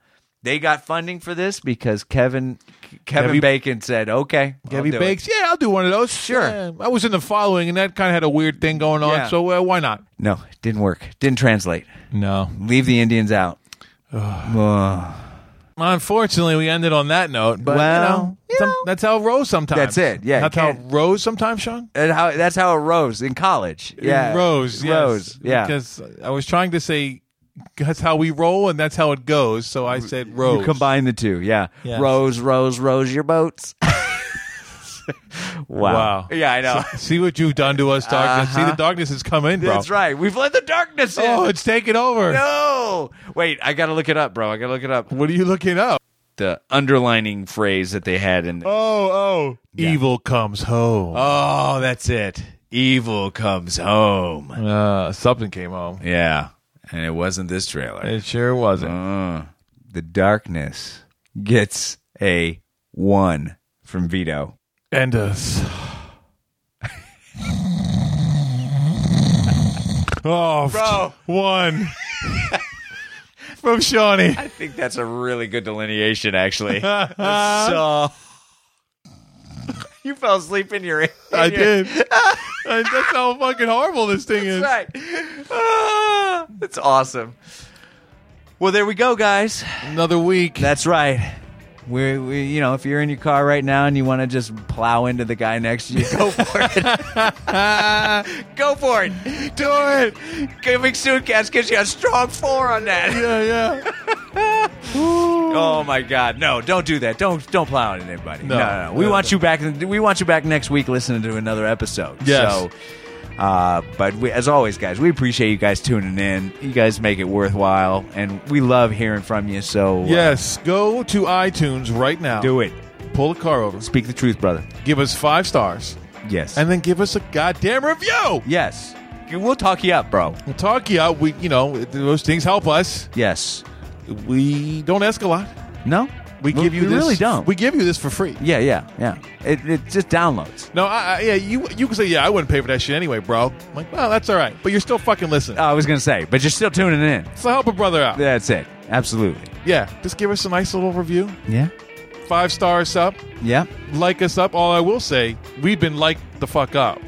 A: They got funding for this because Kevin Kevin
B: Kevy-
A: Bacon said, "Okay, I'll
B: Gabby
A: do it."
B: Bakes. Yeah, I'll do one of those.
A: Sure.
B: Yeah. I was in the following, and that kind of had a weird thing going on.
A: Yeah.
B: So uh, why not?
A: No, didn't work. Didn't translate.
B: No.
A: Leave the Indians out. Ugh.
B: Unfortunately, we ended on that note. But you
A: Well,
B: know,
A: you
B: some-
A: know.
B: that's how it rolls sometimes.
A: That's it, yeah,
B: That's
A: you
B: how it
A: can't-
B: rolls sometimes, Sean.
A: And how that's how it rose in college. Yeah,
B: Rose. Yes,
A: rose. Yeah,
B: Because I was trying to say that's how we roll, and that's how it goes. So I said rose.
A: You combine the two, yeah.
B: Yes.
A: Rose, rose, rose your boats. wow.
B: Wow.
A: Yeah, I know.
B: See what you've done to us, darkness. See the darkness has come in, bro.
A: Uh-huh. That's right. We've let the darkness in.
B: Oh, it's taking over.
A: no. Wait, I got to look it up, bro. I got to look it up.
B: What are you looking up?
A: The underlining phrase that they had in the-
B: Oh, oh. Evil comes home.
A: Oh, that's it. Evil comes home.
B: Uh, something came home.
A: Yeah. And it wasn't this trailer.
B: It sure wasn't.
A: Uh, the darkness gets a 1 from Vito.
B: And uh, us. oh,
A: Bro.
B: Oh, one. from Shawnee.
A: I think that's a really good delineation, actually. so you fell asleep in your. In
B: I
A: your-
B: did. And that's how fucking horrible this thing is.
A: That's right. Ah, that's awesome. Well, there we go, guys.
B: Another week.
A: That's right. We're, we, you know, if you're in your car right now and you want to just plow into the guy next to you, go for it. go for it. Do it. Coming soon, cats. Gives you a strong four on that.
B: yeah, yeah.
A: Oh my God! No, don't do that. Don't don't plow into anybody. No,
B: No.
A: no, no. We
B: No,
A: want
B: no.
A: you back. We want you back next week, listening to another episode.
B: Yes.
A: So, uh, but we, as always, guys, we appreciate you guys tuning in. You guys make it worthwhile, and we love hearing from you. So, uh,
B: Yes, go to iTunes right now.
A: do it.
B: Pull the car over.
A: Speak the truth, brother.
B: Give us five stars.
A: Yes.
B: And then give us a goddamn review.
A: yes, we'll talk you up, bro.
B: We'll talk you out. We, you know, those things help us.
A: Yes.
B: We don't ask a lot.
A: No.
B: We give you
A: We
B: this.
A: really don't.
B: We give you this for free.
A: yeah, yeah, yeah. It, it just downloads.
B: No, I, I, yeah, you you can say yeah, I wouldn't pay for that shit anyway, bro. I'm like, well, that's all right, but you're still fucking listening.
A: I was gonna say, but you're still tuning in.
B: so help a brother out. Yeah.
A: That's it. Absolutely.
B: just give us a nice little review,
A: Yeah.
B: five stars up,
A: Yeah.
B: like us up. All I will say, we've been like the fuck up.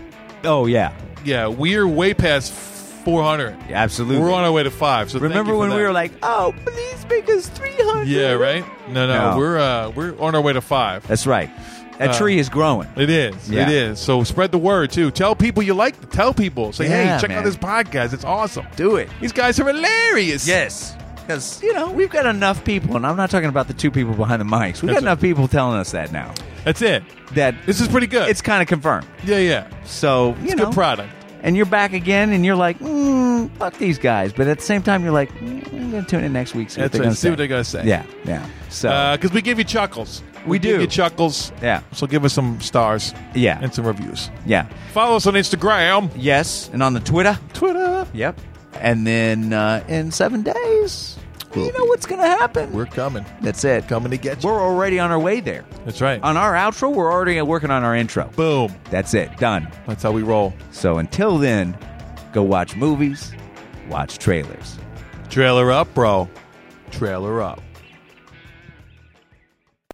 A: Oh yeah.
B: Yeah, we're way past 400.
A: Absolutely.
B: We're on our way to five. So thank
A: Remember
B: you for
A: when we
B: that.
A: were like, "Oh, please make us 300."
B: yeah, right? No, no,
A: No.
B: we're uh, we're on our way to five.
A: That's right. That
B: Uh,
A: tree is growing.
B: It is.
A: Yeah.
B: It is. So spread the word too. Tell people you like. Tell people. Say,
A: Yeah,
B: hey, check
A: man.
B: out this podcast. It's awesome.
A: Do it.
B: These guys are hilarious.
A: Yes. Because, you know, we've got enough people, and I'm not talking about the two people behind the mics. We've got
B: That's
A: enough people telling us that now.
B: That's it.
A: That
B: This is pretty good.
A: it's kind of confirmed.
B: yeah, yeah.
A: So, you
B: It's
A: know.
B: good product.
A: And you're back again, and you're like, mm, fuck these guys. But at the same time, you're like, mm, I'm going to tune in next week, see what
B: That's
A: they're
B: it.
A: going to
B: See
A: say.
B: what Uh, they're gonna say.
A: yeah, yeah. So,
B: Because we give you chuckles.
A: We
B: give
A: do.
B: you chuckles.
A: Yeah.
B: So give us some stars.
A: Yeah.
B: And some reviews.
A: yeah.
B: Follow us on Instagram,
A: Yes. And on the Twitter.
B: Twitter.
A: Yep. And then uh, in seven days, you know what's going to happen.
B: We're coming.
A: That's it.
B: Coming to get you.
A: We're already on our way there.
B: That's right.
A: On our outro, we're already working on our intro.
B: Boom.
A: That's it. Done.
B: That's how we roll.
A: So until then, go watch movies, watch trailers.
B: Trailer up, bro. Trailer up.